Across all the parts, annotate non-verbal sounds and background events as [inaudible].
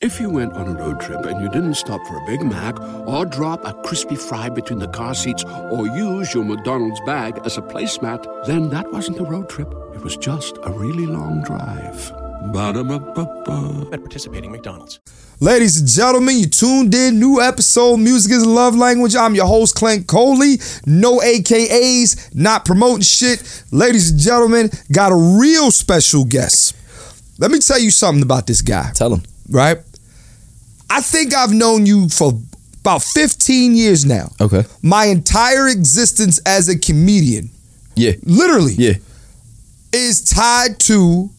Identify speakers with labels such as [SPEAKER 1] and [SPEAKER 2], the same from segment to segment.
[SPEAKER 1] If you went on a road trip and you didn't stop for a Big Mac or drop a crispy fry between the car seats or use your McDonald's bag as a placemat, then that wasn't a road trip. It was just a really long drive. Ba-da-ba-ba-ba.
[SPEAKER 2] At participating McDonald's.
[SPEAKER 3] Ladies and gentlemen, you tuned in. New episode, Music is Love Language. I'm your host, Clint Coley. No AKAs, not promoting shit. Ladies and gentlemen, got a real special guest. Let me tell you something about this guy,
[SPEAKER 4] Tell him.
[SPEAKER 3] right? I think I've known you for about 15 years now.
[SPEAKER 4] Okay.
[SPEAKER 3] My entire existence as a comedian,
[SPEAKER 4] Yeah.
[SPEAKER 3] literally,
[SPEAKER 4] Yeah.
[SPEAKER 3] is tied to.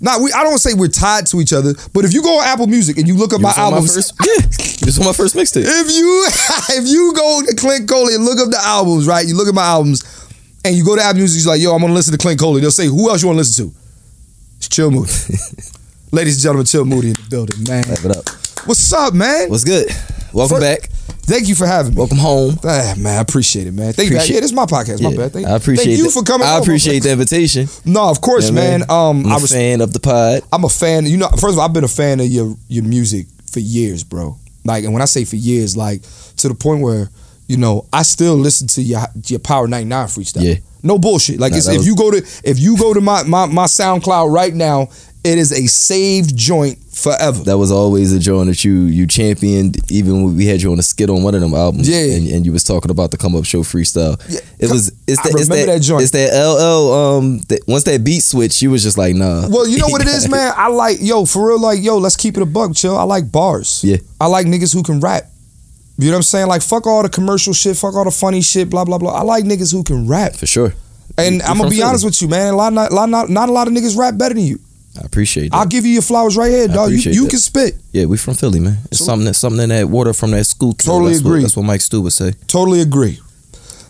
[SPEAKER 3] Not we. I don't say we're tied to each other, but if you go on Apple Music and you look up
[SPEAKER 4] You
[SPEAKER 3] my
[SPEAKER 4] was on
[SPEAKER 3] albums,
[SPEAKER 4] first, yeah. You was on my first mixtape.
[SPEAKER 3] if you [laughs] if you go to Clint Coley and look up the albums, right? You look at my albums, and you go to Apple Music. You're like, yo, I'm gonna listen to Clint Coley. They'll say, who else you want to listen to? It's Chill Moody. [laughs] Ladies and gentlemen, Chill Moody in the building, man.
[SPEAKER 4] Wrap it up.
[SPEAKER 3] What's up, man?
[SPEAKER 4] What's good? Welcome
[SPEAKER 3] Fir-
[SPEAKER 4] back.
[SPEAKER 3] Thank you for having me.
[SPEAKER 4] Welcome home.
[SPEAKER 3] Ah, man, I appreciate it, man. Thank you.
[SPEAKER 4] Appreciate-
[SPEAKER 3] Yeah, this is my podcast. My
[SPEAKER 4] Yeah,
[SPEAKER 3] bad. Thank,
[SPEAKER 4] I appreciate.
[SPEAKER 3] thank you
[SPEAKER 4] that.
[SPEAKER 3] for coming.
[SPEAKER 4] I
[SPEAKER 3] over.
[SPEAKER 4] appreciate the invitation.
[SPEAKER 3] No, of course,
[SPEAKER 4] Yeah,
[SPEAKER 3] man. Um,
[SPEAKER 4] I'm
[SPEAKER 3] I
[SPEAKER 4] a
[SPEAKER 3] was,
[SPEAKER 4] fan of the pod.
[SPEAKER 3] I'm a fan. You know, first of all, I've been a fan of your your music for years, bro. Like, and when I say for years, like to the point where you know I still listen to your your Power 99 freestyle.
[SPEAKER 4] Yeah.
[SPEAKER 3] No bullshit. Like,
[SPEAKER 4] Nah,
[SPEAKER 3] it's,
[SPEAKER 4] that
[SPEAKER 3] if
[SPEAKER 4] was-
[SPEAKER 3] you go to if you go to my, my my SoundCloud right now, it is a saved joint forever.
[SPEAKER 4] That was always a joint that you you championed. Even when we had you on a skit on one of them albums.
[SPEAKER 3] Yeah.
[SPEAKER 4] And, and you was talking about the come up show freestyle.
[SPEAKER 3] Yeah.
[SPEAKER 4] It was. It's
[SPEAKER 3] I
[SPEAKER 4] that. it's
[SPEAKER 3] remember
[SPEAKER 4] that,
[SPEAKER 3] that joint.
[SPEAKER 4] It's that LL. Um. That, once that beat switch, you was just like, nah.
[SPEAKER 3] Well, you know
[SPEAKER 4] [laughs]
[SPEAKER 3] what it is, man. I like yo for real. Like yo, let's keep it a buck, chill. I like bars.
[SPEAKER 4] Yeah.
[SPEAKER 3] I like niggas who can rap. You know what I'm saying? Like fuck all the commercial shit, fuck all the funny shit, blah blah blah. I like niggas who can rap.
[SPEAKER 4] For sure.
[SPEAKER 3] And
[SPEAKER 4] You- you
[SPEAKER 3] I'm gonna
[SPEAKER 4] from
[SPEAKER 3] be honest with you, man. A lot, not, lot- not, not a lot of niggas rap better than you.
[SPEAKER 4] I appreciate that.
[SPEAKER 3] I'll give you your flowers right here, dog. You,
[SPEAKER 4] appreciate
[SPEAKER 3] you
[SPEAKER 4] that.
[SPEAKER 3] can spit.
[SPEAKER 4] yeah, we from Philly, man. It's
[SPEAKER 3] So-
[SPEAKER 4] something that something in that water from that school. kill.
[SPEAKER 3] Totally
[SPEAKER 4] that's
[SPEAKER 3] agree.
[SPEAKER 4] What, that's what Mike Stu would say.
[SPEAKER 3] Totally agree.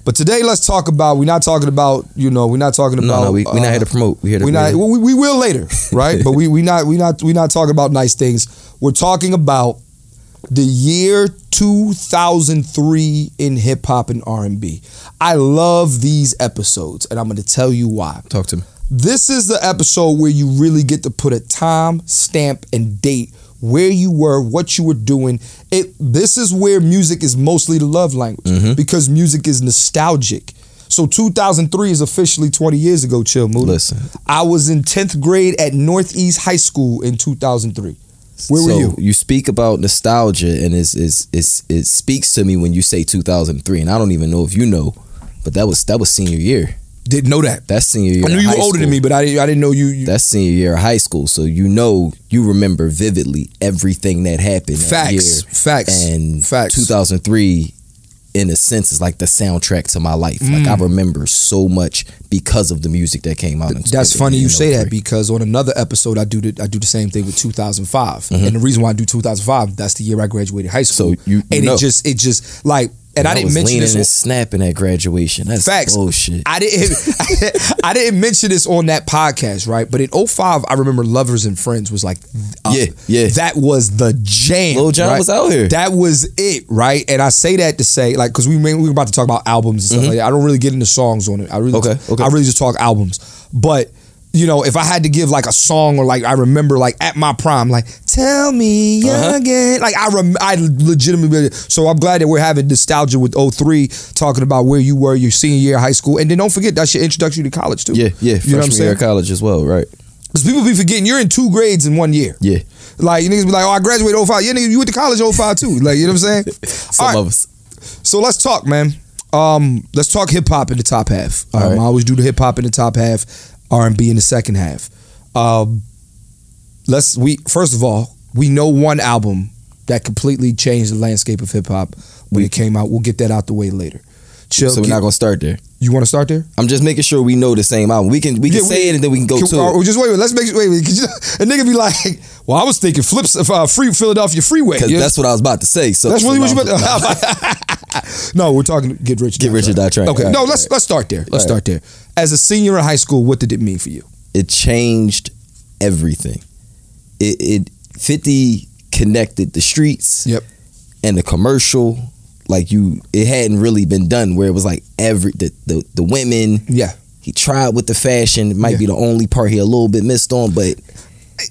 [SPEAKER 3] But today, let's talk about. We're not talking about. You know, we're not talking about.
[SPEAKER 4] No, no, we we not
[SPEAKER 3] uh,
[SPEAKER 4] here to promote. We here to
[SPEAKER 3] we not.
[SPEAKER 4] really-
[SPEAKER 3] Well, we, we will
[SPEAKER 4] [laughs]
[SPEAKER 3] later, right? but we we not we not we not talking about nice things. We're talking about the year 2003 in hip hop and R&B. I love these episodes, and I'm going to tell you why.
[SPEAKER 4] talk to me.
[SPEAKER 3] This is the episode where you really get to put a time, stamp, and date where you were, what you were doing. It this is where music is mostly the love language
[SPEAKER 4] Mm-hmm.
[SPEAKER 3] because music is nostalgic. So 2003 is officially 20 years ago, chill Moody.
[SPEAKER 4] Listen.
[SPEAKER 3] I was in 10th grade at Northeast High School in 2003. Where were
[SPEAKER 4] So,
[SPEAKER 3] you?
[SPEAKER 4] You speak about nostalgia, and it's, it's, it's, it speaks to me when you say 2003, and I don't even know if you know, but that was that was senior year.
[SPEAKER 3] Didn't know that.
[SPEAKER 4] That's senior year.
[SPEAKER 3] I knew
[SPEAKER 4] of
[SPEAKER 3] you were
[SPEAKER 4] high
[SPEAKER 3] older than
[SPEAKER 4] school.
[SPEAKER 3] me, but I didn't, I didn't know you. you
[SPEAKER 4] That's senior year of high school, so you know you remember vividly everything that happened. that
[SPEAKER 3] facts,
[SPEAKER 4] year.
[SPEAKER 3] facts,
[SPEAKER 4] and
[SPEAKER 3] facts.
[SPEAKER 4] 2003 in a sense is like the soundtrack to my life
[SPEAKER 3] Mm.
[SPEAKER 4] like i remember so much because of the music that came out in-
[SPEAKER 3] That's
[SPEAKER 4] in-
[SPEAKER 3] funny
[SPEAKER 4] in
[SPEAKER 3] you say that
[SPEAKER 4] 03.
[SPEAKER 3] because on another episode I do the, I do the same thing with 2005, and the reason why I do 2005 that's the year I graduated high school.
[SPEAKER 4] Mm-hmm. So you- you
[SPEAKER 3] and
[SPEAKER 4] know.
[SPEAKER 3] it just it just like and I
[SPEAKER 4] I
[SPEAKER 3] didn't
[SPEAKER 4] was
[SPEAKER 3] mention this.
[SPEAKER 4] leaning and
[SPEAKER 3] On,
[SPEAKER 4] snapping at graduation that's
[SPEAKER 3] facts.
[SPEAKER 4] bullshit
[SPEAKER 3] I didn't [laughs] I didn't mention this on that podcast right, but in 05 I remember Lovers and Friends was like uh,
[SPEAKER 4] Yeah, yeah.
[SPEAKER 3] that was the jam.
[SPEAKER 4] Lil Jon
[SPEAKER 3] right?
[SPEAKER 4] was out here.
[SPEAKER 3] That was it right, and I say that to say like because we we were about to talk about albums and stuff like that. I don't really get into songs on it. I really
[SPEAKER 4] Mm-hmm. Okay, okay.
[SPEAKER 3] I really just talk albums, but you know, if I had to give like a song or like I remember like at my prime, like tell me
[SPEAKER 4] Uh-huh.
[SPEAKER 3] again, like I rem- I legitimately. So I'm glad that we're having nostalgia with 03, talking about where you were your senior year of high school, and then don't forget that should introduce you to college too.
[SPEAKER 4] yeah
[SPEAKER 3] you know
[SPEAKER 4] yeah
[SPEAKER 3] what I'm
[SPEAKER 4] freshman year
[SPEAKER 3] saying?
[SPEAKER 4] of college as well right
[SPEAKER 3] Because people be forgetting you're in two grades in one year.
[SPEAKER 4] yeah
[SPEAKER 3] Like you niggas be like, oh, I graduated 05. Yeah, nigga, you went to college 05 too. Like you know what I'm saying?
[SPEAKER 4] [laughs] some
[SPEAKER 3] All right.
[SPEAKER 4] of us
[SPEAKER 3] So let's talk, man. Um, let's talk hip hop in the top half. Um,
[SPEAKER 4] All right.
[SPEAKER 3] I always do the hip hop in the top half, R and B in the second half. Um, let's we first of all we know one album that completely changed the landscape of hip hop when it came out. We'll get that out the way later. Chill.
[SPEAKER 4] Mm. so we're
[SPEAKER 3] get-
[SPEAKER 4] not gonna start there
[SPEAKER 3] you want to start there?
[SPEAKER 4] i'm just making sure we know the same album we can we can
[SPEAKER 3] Yeah,
[SPEAKER 4] say it and then we can go
[SPEAKER 3] Can-
[SPEAKER 4] to
[SPEAKER 3] or-
[SPEAKER 4] it
[SPEAKER 3] or just wait. Let's make wait. wait 'cause you know, [laughs] a nigga be like, well, I was thinking flips of uh, free Philadelphia freeway.
[SPEAKER 4] because
[SPEAKER 3] Yeah.
[SPEAKER 4] that's what i was about to say so
[SPEAKER 3] That's really
[SPEAKER 4] so
[SPEAKER 3] what you
[SPEAKER 4] now I'm-
[SPEAKER 3] about to. [laughs] no, we're talking get rich. or
[SPEAKER 4] Get
[SPEAKER 3] Die
[SPEAKER 4] Rich or Die Trying.
[SPEAKER 3] Okay,
[SPEAKER 4] All
[SPEAKER 3] no,
[SPEAKER 4] right,
[SPEAKER 3] let's
[SPEAKER 4] all
[SPEAKER 3] let's start there. Let's
[SPEAKER 4] All right.
[SPEAKER 3] start there. As a senior in high school, what did it mean for you?
[SPEAKER 4] it changed everything it, it 50 connected the streets
[SPEAKER 3] Yep.
[SPEAKER 4] and the commercial like you it hadn't really been done where it was like every the the, the women
[SPEAKER 3] Yeah,
[SPEAKER 4] he tried with the fashion it might
[SPEAKER 3] Yeah.
[SPEAKER 4] be the only part he a little bit missed on but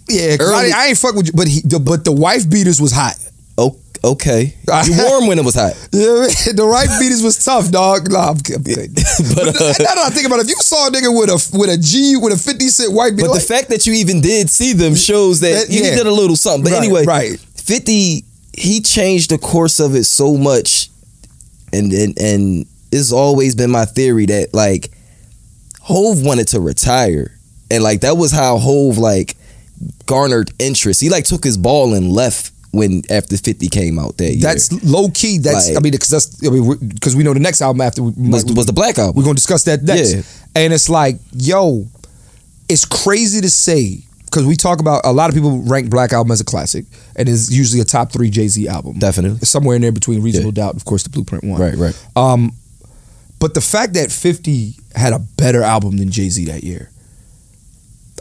[SPEAKER 3] yeah, 'cause
[SPEAKER 4] Early-
[SPEAKER 3] I, I ain't fuck with you, but he, the, but the wife beaters was [laughs] hot.
[SPEAKER 4] O- okay.
[SPEAKER 3] [laughs]
[SPEAKER 4] You warm when it was hot.
[SPEAKER 3] You know what I mean? the right beaters was tough, dog. Nah, I'm kidding.
[SPEAKER 4] [laughs] But,
[SPEAKER 3] But
[SPEAKER 4] uh,
[SPEAKER 3] [laughs] now that I think about it, if you saw a nigga with a with a G with a fifty cent white beater,
[SPEAKER 4] But the
[SPEAKER 3] like,
[SPEAKER 4] fact that you even did see them shows that,
[SPEAKER 3] That-
[SPEAKER 4] you
[SPEAKER 3] yeah.
[SPEAKER 4] did a little something. But
[SPEAKER 3] Right,
[SPEAKER 4] anyway,
[SPEAKER 3] right.
[SPEAKER 4] 50, he changed the course of it so much. And, and, and it's always been my theory that, like, Hove wanted to retire. And, like, that was how Hove, like, garnered interest. He, like, took his ball and left when after 50 came out that year.
[SPEAKER 3] that's low key. That's I
[SPEAKER 4] Like-
[SPEAKER 3] mean, because that's I mean, because we know the next album after we,
[SPEAKER 4] was,
[SPEAKER 3] might-
[SPEAKER 4] was the Black Album.
[SPEAKER 3] We're gonna discuss that next.
[SPEAKER 4] Yeah.
[SPEAKER 3] And it's like, yo, it's crazy to say because we talk about a lot of people rank Black Album as a classic, and it's usually a top three Jay Z album,
[SPEAKER 4] Definitely.
[SPEAKER 3] somewhere in there between Reasonable Doubt, of course, the Blueprint one,
[SPEAKER 4] Right, right.
[SPEAKER 3] Um, but the fact that Fifty had a better album than Jay Z that year.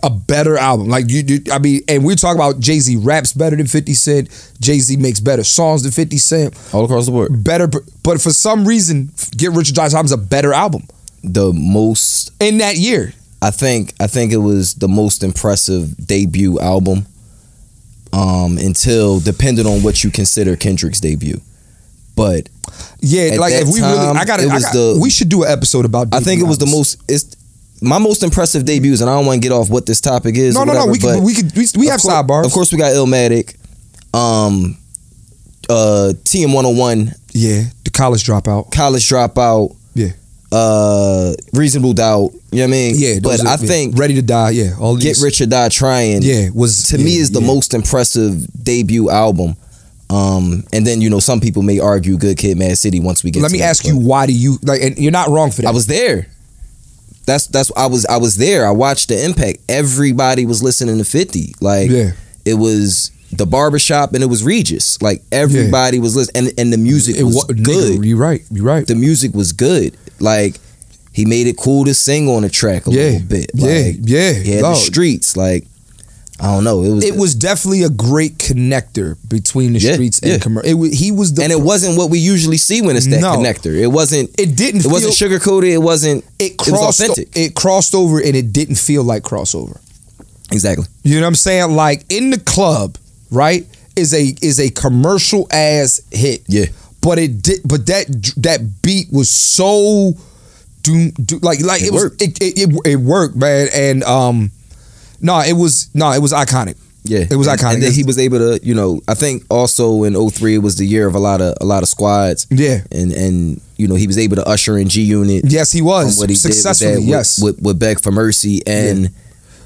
[SPEAKER 3] A better album, like you, you, I mean, and we're talking about Jay Z raps better than Fifty Cent. Jay Z makes better songs than Fifty Cent.
[SPEAKER 4] All across the board.
[SPEAKER 3] Better, but for some reason, Get Rich or Die Trying is a better album
[SPEAKER 4] The most
[SPEAKER 3] in that year.
[SPEAKER 4] I think I think it was the most impressive debut album. Um, until depending on what you consider Kendrick's debut, but
[SPEAKER 3] Yeah,
[SPEAKER 4] At
[SPEAKER 3] like
[SPEAKER 4] that
[SPEAKER 3] if we
[SPEAKER 4] time,
[SPEAKER 3] really, I got
[SPEAKER 4] it
[SPEAKER 3] it.
[SPEAKER 4] was the-
[SPEAKER 3] we should do an episode about.
[SPEAKER 4] I think it
[SPEAKER 3] debut
[SPEAKER 4] was the
[SPEAKER 3] albums.
[SPEAKER 4] most. It's my most impressive debuts, and I don't want to get off what this topic is.
[SPEAKER 3] No,
[SPEAKER 4] or
[SPEAKER 3] no, no.
[SPEAKER 4] whatever,
[SPEAKER 3] We
[SPEAKER 4] but
[SPEAKER 3] could, we could, we, we
[SPEAKER 4] of
[SPEAKER 3] have
[SPEAKER 4] cour-
[SPEAKER 3] sidebars.
[SPEAKER 4] Of course, we got Illmatic, um, uh, TM one hundred one,
[SPEAKER 3] Yeah, the college dropout.
[SPEAKER 4] College Dropout,
[SPEAKER 3] Yeah.
[SPEAKER 4] uh, Reasonable Doubt. You know what I mean?
[SPEAKER 3] Yeah,
[SPEAKER 4] but
[SPEAKER 3] those are-
[SPEAKER 4] I
[SPEAKER 3] yeah,
[SPEAKER 4] think
[SPEAKER 3] Ready to Die. Yeah, all
[SPEAKER 4] Get
[SPEAKER 3] these.
[SPEAKER 4] Rich or Die Trying.
[SPEAKER 3] Yeah, was
[SPEAKER 4] to me
[SPEAKER 3] yeah,
[SPEAKER 4] is the
[SPEAKER 3] yeah.
[SPEAKER 4] most impressive debut album. Um, and then you know some people may argue Good Kid, Mad City. Once we get,
[SPEAKER 3] Let
[SPEAKER 4] to
[SPEAKER 3] me
[SPEAKER 4] that,
[SPEAKER 3] ask
[SPEAKER 4] but
[SPEAKER 3] you, why do you like? And you're not wrong for that.
[SPEAKER 4] I was there. That's that's I was I was there. I watched the impact. Everybody was listening to Fifty. Like
[SPEAKER 3] yeah,
[SPEAKER 4] it was the barbershop and it was Regis. Like everybody was listening, and and the music was
[SPEAKER 3] wa-
[SPEAKER 4] good.
[SPEAKER 3] Nigga, you're right. You're right.
[SPEAKER 4] the music was good. Like he made it cool to sing on the track a
[SPEAKER 3] Yeah,
[SPEAKER 4] little bit.
[SPEAKER 3] yeah,
[SPEAKER 4] Like,
[SPEAKER 3] yeah,
[SPEAKER 4] He had the
[SPEAKER 3] dog.
[SPEAKER 4] streets. Like I don't know. It was
[SPEAKER 3] it was definitely a great connecter between the
[SPEAKER 4] Yeah,
[SPEAKER 3] streets
[SPEAKER 4] yeah.
[SPEAKER 3] and commercial. It was, he was the
[SPEAKER 4] and it wasn't what we usually see when it's that
[SPEAKER 3] No.
[SPEAKER 4] connector. It wasn't. It,
[SPEAKER 3] it didn't feel,
[SPEAKER 4] wasn't sugar coated. It wasn't.
[SPEAKER 3] it
[SPEAKER 4] was
[SPEAKER 3] crossed o-
[SPEAKER 4] authentic.
[SPEAKER 3] it crossed over and it didn't feel like crossover.
[SPEAKER 4] Exactly.
[SPEAKER 3] You know what I'm saying? Like in the club, right? Is a is a commercial ass hit.
[SPEAKER 4] Yeah.
[SPEAKER 3] But it did. But that that beat was so, do, do like like
[SPEAKER 4] It
[SPEAKER 3] it, was
[SPEAKER 4] worked.
[SPEAKER 3] It, it it it worked, man. And um, no, it was no, it was iconic.
[SPEAKER 4] Yeah,
[SPEAKER 3] It was
[SPEAKER 4] and,
[SPEAKER 3] iconic.
[SPEAKER 4] And then he was able to, you know, I think also in 03 it was the year of a lot of a lot of squads,
[SPEAKER 3] Yeah.
[SPEAKER 4] and and you know he was able to usher in G Unit.
[SPEAKER 3] Yes, he was
[SPEAKER 4] what he
[SPEAKER 3] successfully.
[SPEAKER 4] did with that,
[SPEAKER 3] yes.
[SPEAKER 4] with, with, with Beck for Mercy and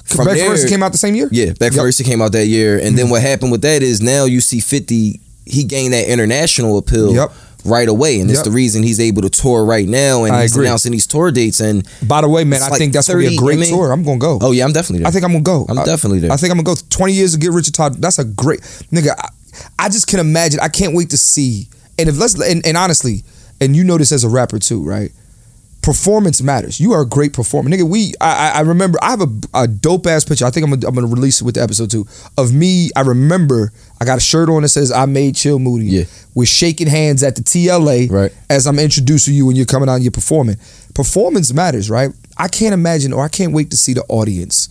[SPEAKER 4] from
[SPEAKER 3] Beck
[SPEAKER 4] there,
[SPEAKER 3] Mercy came out the same year.
[SPEAKER 4] Yeah,
[SPEAKER 3] Yep.
[SPEAKER 4] Beck for Mercy came out that year, and
[SPEAKER 3] Mm-hmm.
[SPEAKER 4] then what happened with that is now you see Fifty, he gained that international appeal.
[SPEAKER 3] Yep.
[SPEAKER 4] Right away, and it's
[SPEAKER 3] Yep.
[SPEAKER 4] the reason he's able to tour right now, and
[SPEAKER 3] I
[SPEAKER 4] he's
[SPEAKER 3] agree.
[SPEAKER 4] announcing these tour dates. And
[SPEAKER 3] By the way, man,
[SPEAKER 4] It's
[SPEAKER 3] I
[SPEAKER 4] like
[SPEAKER 3] think that's gonna be
[SPEAKER 4] 30,
[SPEAKER 3] a great
[SPEAKER 4] I mean-
[SPEAKER 3] tour. I'm gonna go.
[SPEAKER 4] oh yeah, I'm definitely there.
[SPEAKER 3] I think I'm gonna go.
[SPEAKER 4] I'm
[SPEAKER 3] I-
[SPEAKER 4] definitely there.
[SPEAKER 3] I think I'm gonna go. Twenty years to get Richard Todd. That's a great nigga. I, I just can imagine. I can't wait to see. And if let's and, and honestly, and you know this as a rapper too, right? Performance matters. You are a great performer, nigga. We I I- I remember I have a, a dope ass picture. I think I'm gonna, I'm gonna release it with the episode two of me. I remember I got a shirt on that says I made Chill Moody.
[SPEAKER 4] Yeah.
[SPEAKER 3] We're shaking hands at the TLA
[SPEAKER 4] Right.
[SPEAKER 3] as I'm introducing you and you're coming out and you're performing. Performance matters, right? I can't imagine or I can't wait to see the audience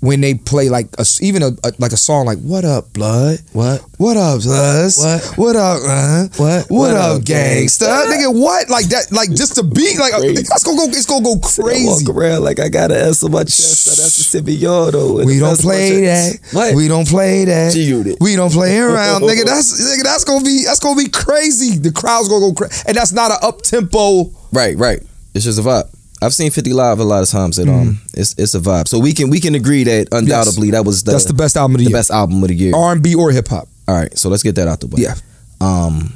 [SPEAKER 3] when they play like a, even a, a- like a song like "What Up Blood,"
[SPEAKER 4] What?
[SPEAKER 3] "What Up Bloods,"
[SPEAKER 4] What?
[SPEAKER 3] "What Up," uh,
[SPEAKER 4] What?
[SPEAKER 3] "What,
[SPEAKER 4] What
[SPEAKER 3] Up
[SPEAKER 4] up,
[SPEAKER 3] Gangsta," nigga, what? Like that, like just the beat, like uh,
[SPEAKER 4] Crazy.
[SPEAKER 3] it's gonna go, it's gonna go crazy.
[SPEAKER 4] walk around like I got an S on my chest. Now that's the Sibiano.
[SPEAKER 3] We don't play that.
[SPEAKER 4] What?
[SPEAKER 3] We don't play that.
[SPEAKER 4] G-Unit.
[SPEAKER 3] We don't
[SPEAKER 4] [laughs]
[SPEAKER 3] play around, nigga. That's nigga, that's gonna be that's gonna be crazy. The crowd's gonna go crazy, and that's not an up tempo.
[SPEAKER 4] right, right. It's just a vibe. I've seen Fifty Live a lot of times, and
[SPEAKER 3] Mm.
[SPEAKER 4] um, it's it's a vibe. So we can we can agree that undoubtedly that was the
[SPEAKER 3] That's the best album of the,
[SPEAKER 4] the
[SPEAKER 3] year,
[SPEAKER 4] best album of the year.
[SPEAKER 3] R and B or hip hop.
[SPEAKER 4] All right, so let's get that out the way.
[SPEAKER 3] Yeah.
[SPEAKER 4] Um,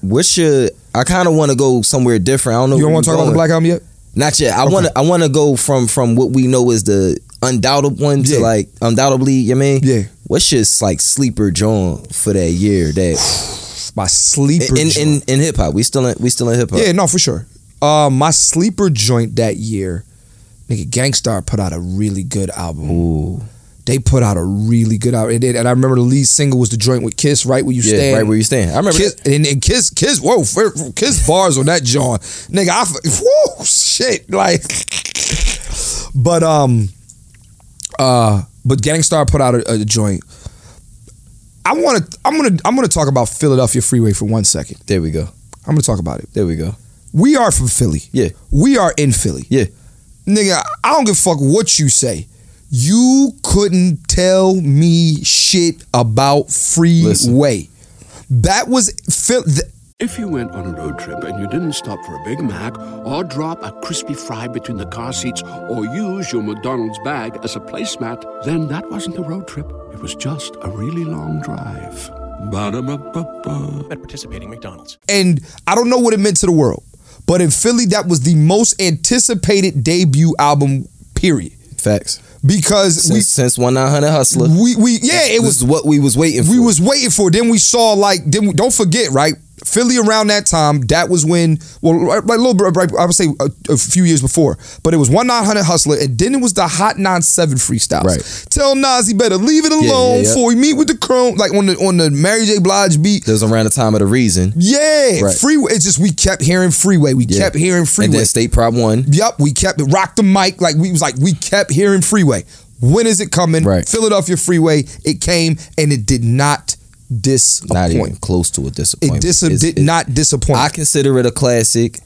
[SPEAKER 4] what should I kind of want to go somewhere different? I don't know.
[SPEAKER 3] You don't
[SPEAKER 4] where
[SPEAKER 3] want to
[SPEAKER 4] you're
[SPEAKER 3] talk about the
[SPEAKER 4] going.
[SPEAKER 3] black album yet?
[SPEAKER 4] Not yet. I want to. I want to go from from what we know is the undoubted one
[SPEAKER 3] Yeah.
[SPEAKER 4] to like undoubtedly. You know what I mean?
[SPEAKER 3] Yeah.
[SPEAKER 4] What's just like sleeper joint for that year? That
[SPEAKER 3] My sleeper.
[SPEAKER 4] in
[SPEAKER 3] joint.
[SPEAKER 4] in, in hip hop, we still in, we still in hip hop.
[SPEAKER 3] Yeah, no, for sure. Uh, my sleeper joint that year, nigga, Gangstar put out a really good album.
[SPEAKER 4] Ooh.
[SPEAKER 3] They put out a really good album, and, then- and I remember the lead single was the joint with Kiss, right where you
[SPEAKER 4] Yeah,
[SPEAKER 3] stand.
[SPEAKER 4] right where you stand. I remember.
[SPEAKER 3] Kiss,
[SPEAKER 4] that.
[SPEAKER 3] and, and Kiss, Kiss, whoa, f- f- Kiss bars on that joint, nigga. I, f- whoa, shit, like. But um, uh, But Gangstar put out a, a joint. I want to. I'm gonna. I'm gonna talk about Philadelphia Freeway for one second.
[SPEAKER 4] There we go.
[SPEAKER 3] I'm gonna talk about it.
[SPEAKER 4] There we go.
[SPEAKER 3] We are from Philly.
[SPEAKER 4] Yeah.
[SPEAKER 3] We are in Philly.
[SPEAKER 4] Yeah.
[SPEAKER 3] Nigga, I don't give a fuck what you say. You couldn't tell me shit about freeway. That was Phil. th-
[SPEAKER 1] If you went on a road trip and you didn't stop for a Big Mac or drop a crispy fry between the car seats or use your McDonald's bag as a placemat, then that wasn't a road trip. It was just a really long drive. Ba-da-ba-ba-ba.
[SPEAKER 2] at participating McDonald's.
[SPEAKER 3] and I don't know what it meant to the world, but in Philly, that was the most anticipated debut album. Period.
[SPEAKER 4] Facts.
[SPEAKER 3] Because
[SPEAKER 4] Since, since one nine hundred hustler.
[SPEAKER 3] we, we, we, yeah,
[SPEAKER 4] This
[SPEAKER 3] it was
[SPEAKER 4] is what we was waiting for.
[SPEAKER 3] we was waiting for. it. Then we saw like then we, don't forget right Philly around that time. That was when well right, like a little bit right, I would say a, a few years before, but it was one nine hundred hustler, and then it was the hot nine seven freestyles.
[SPEAKER 4] Right.
[SPEAKER 3] Tell Nas he better leave it alone
[SPEAKER 4] yeah, yeah.
[SPEAKER 3] before he meet with the crone like on the on the Mary J Blige beat.
[SPEAKER 4] That was around the time of the reason.
[SPEAKER 3] Yeah,
[SPEAKER 4] Right.
[SPEAKER 3] freeway. It's just we kept hearing freeway. We
[SPEAKER 4] Yeah.
[SPEAKER 3] kept hearing freeway.
[SPEAKER 4] And then State Prop One.
[SPEAKER 3] Yep, we kept it. Rock the mic. Like we was like we kept hearing freeway. When is it coming?
[SPEAKER 4] Right.
[SPEAKER 3] Philadelphia freeway. It came and it did not
[SPEAKER 4] Not
[SPEAKER 3] disappoint.
[SPEAKER 4] even close to a
[SPEAKER 3] it
[SPEAKER 4] disappointment.
[SPEAKER 3] dis-
[SPEAKER 4] It's-
[SPEAKER 3] did
[SPEAKER 4] it-
[SPEAKER 3] not disappoint.
[SPEAKER 4] I consider it a classic.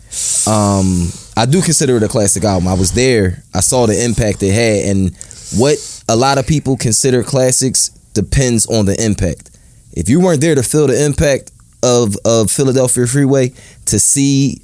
[SPEAKER 4] Um, I do consider it a classic album. I was there. I saw the impact it had, and what a lot of people consider classics depends on the impact. If you weren't there to feel the impact of of Philadelphia Freeway, to see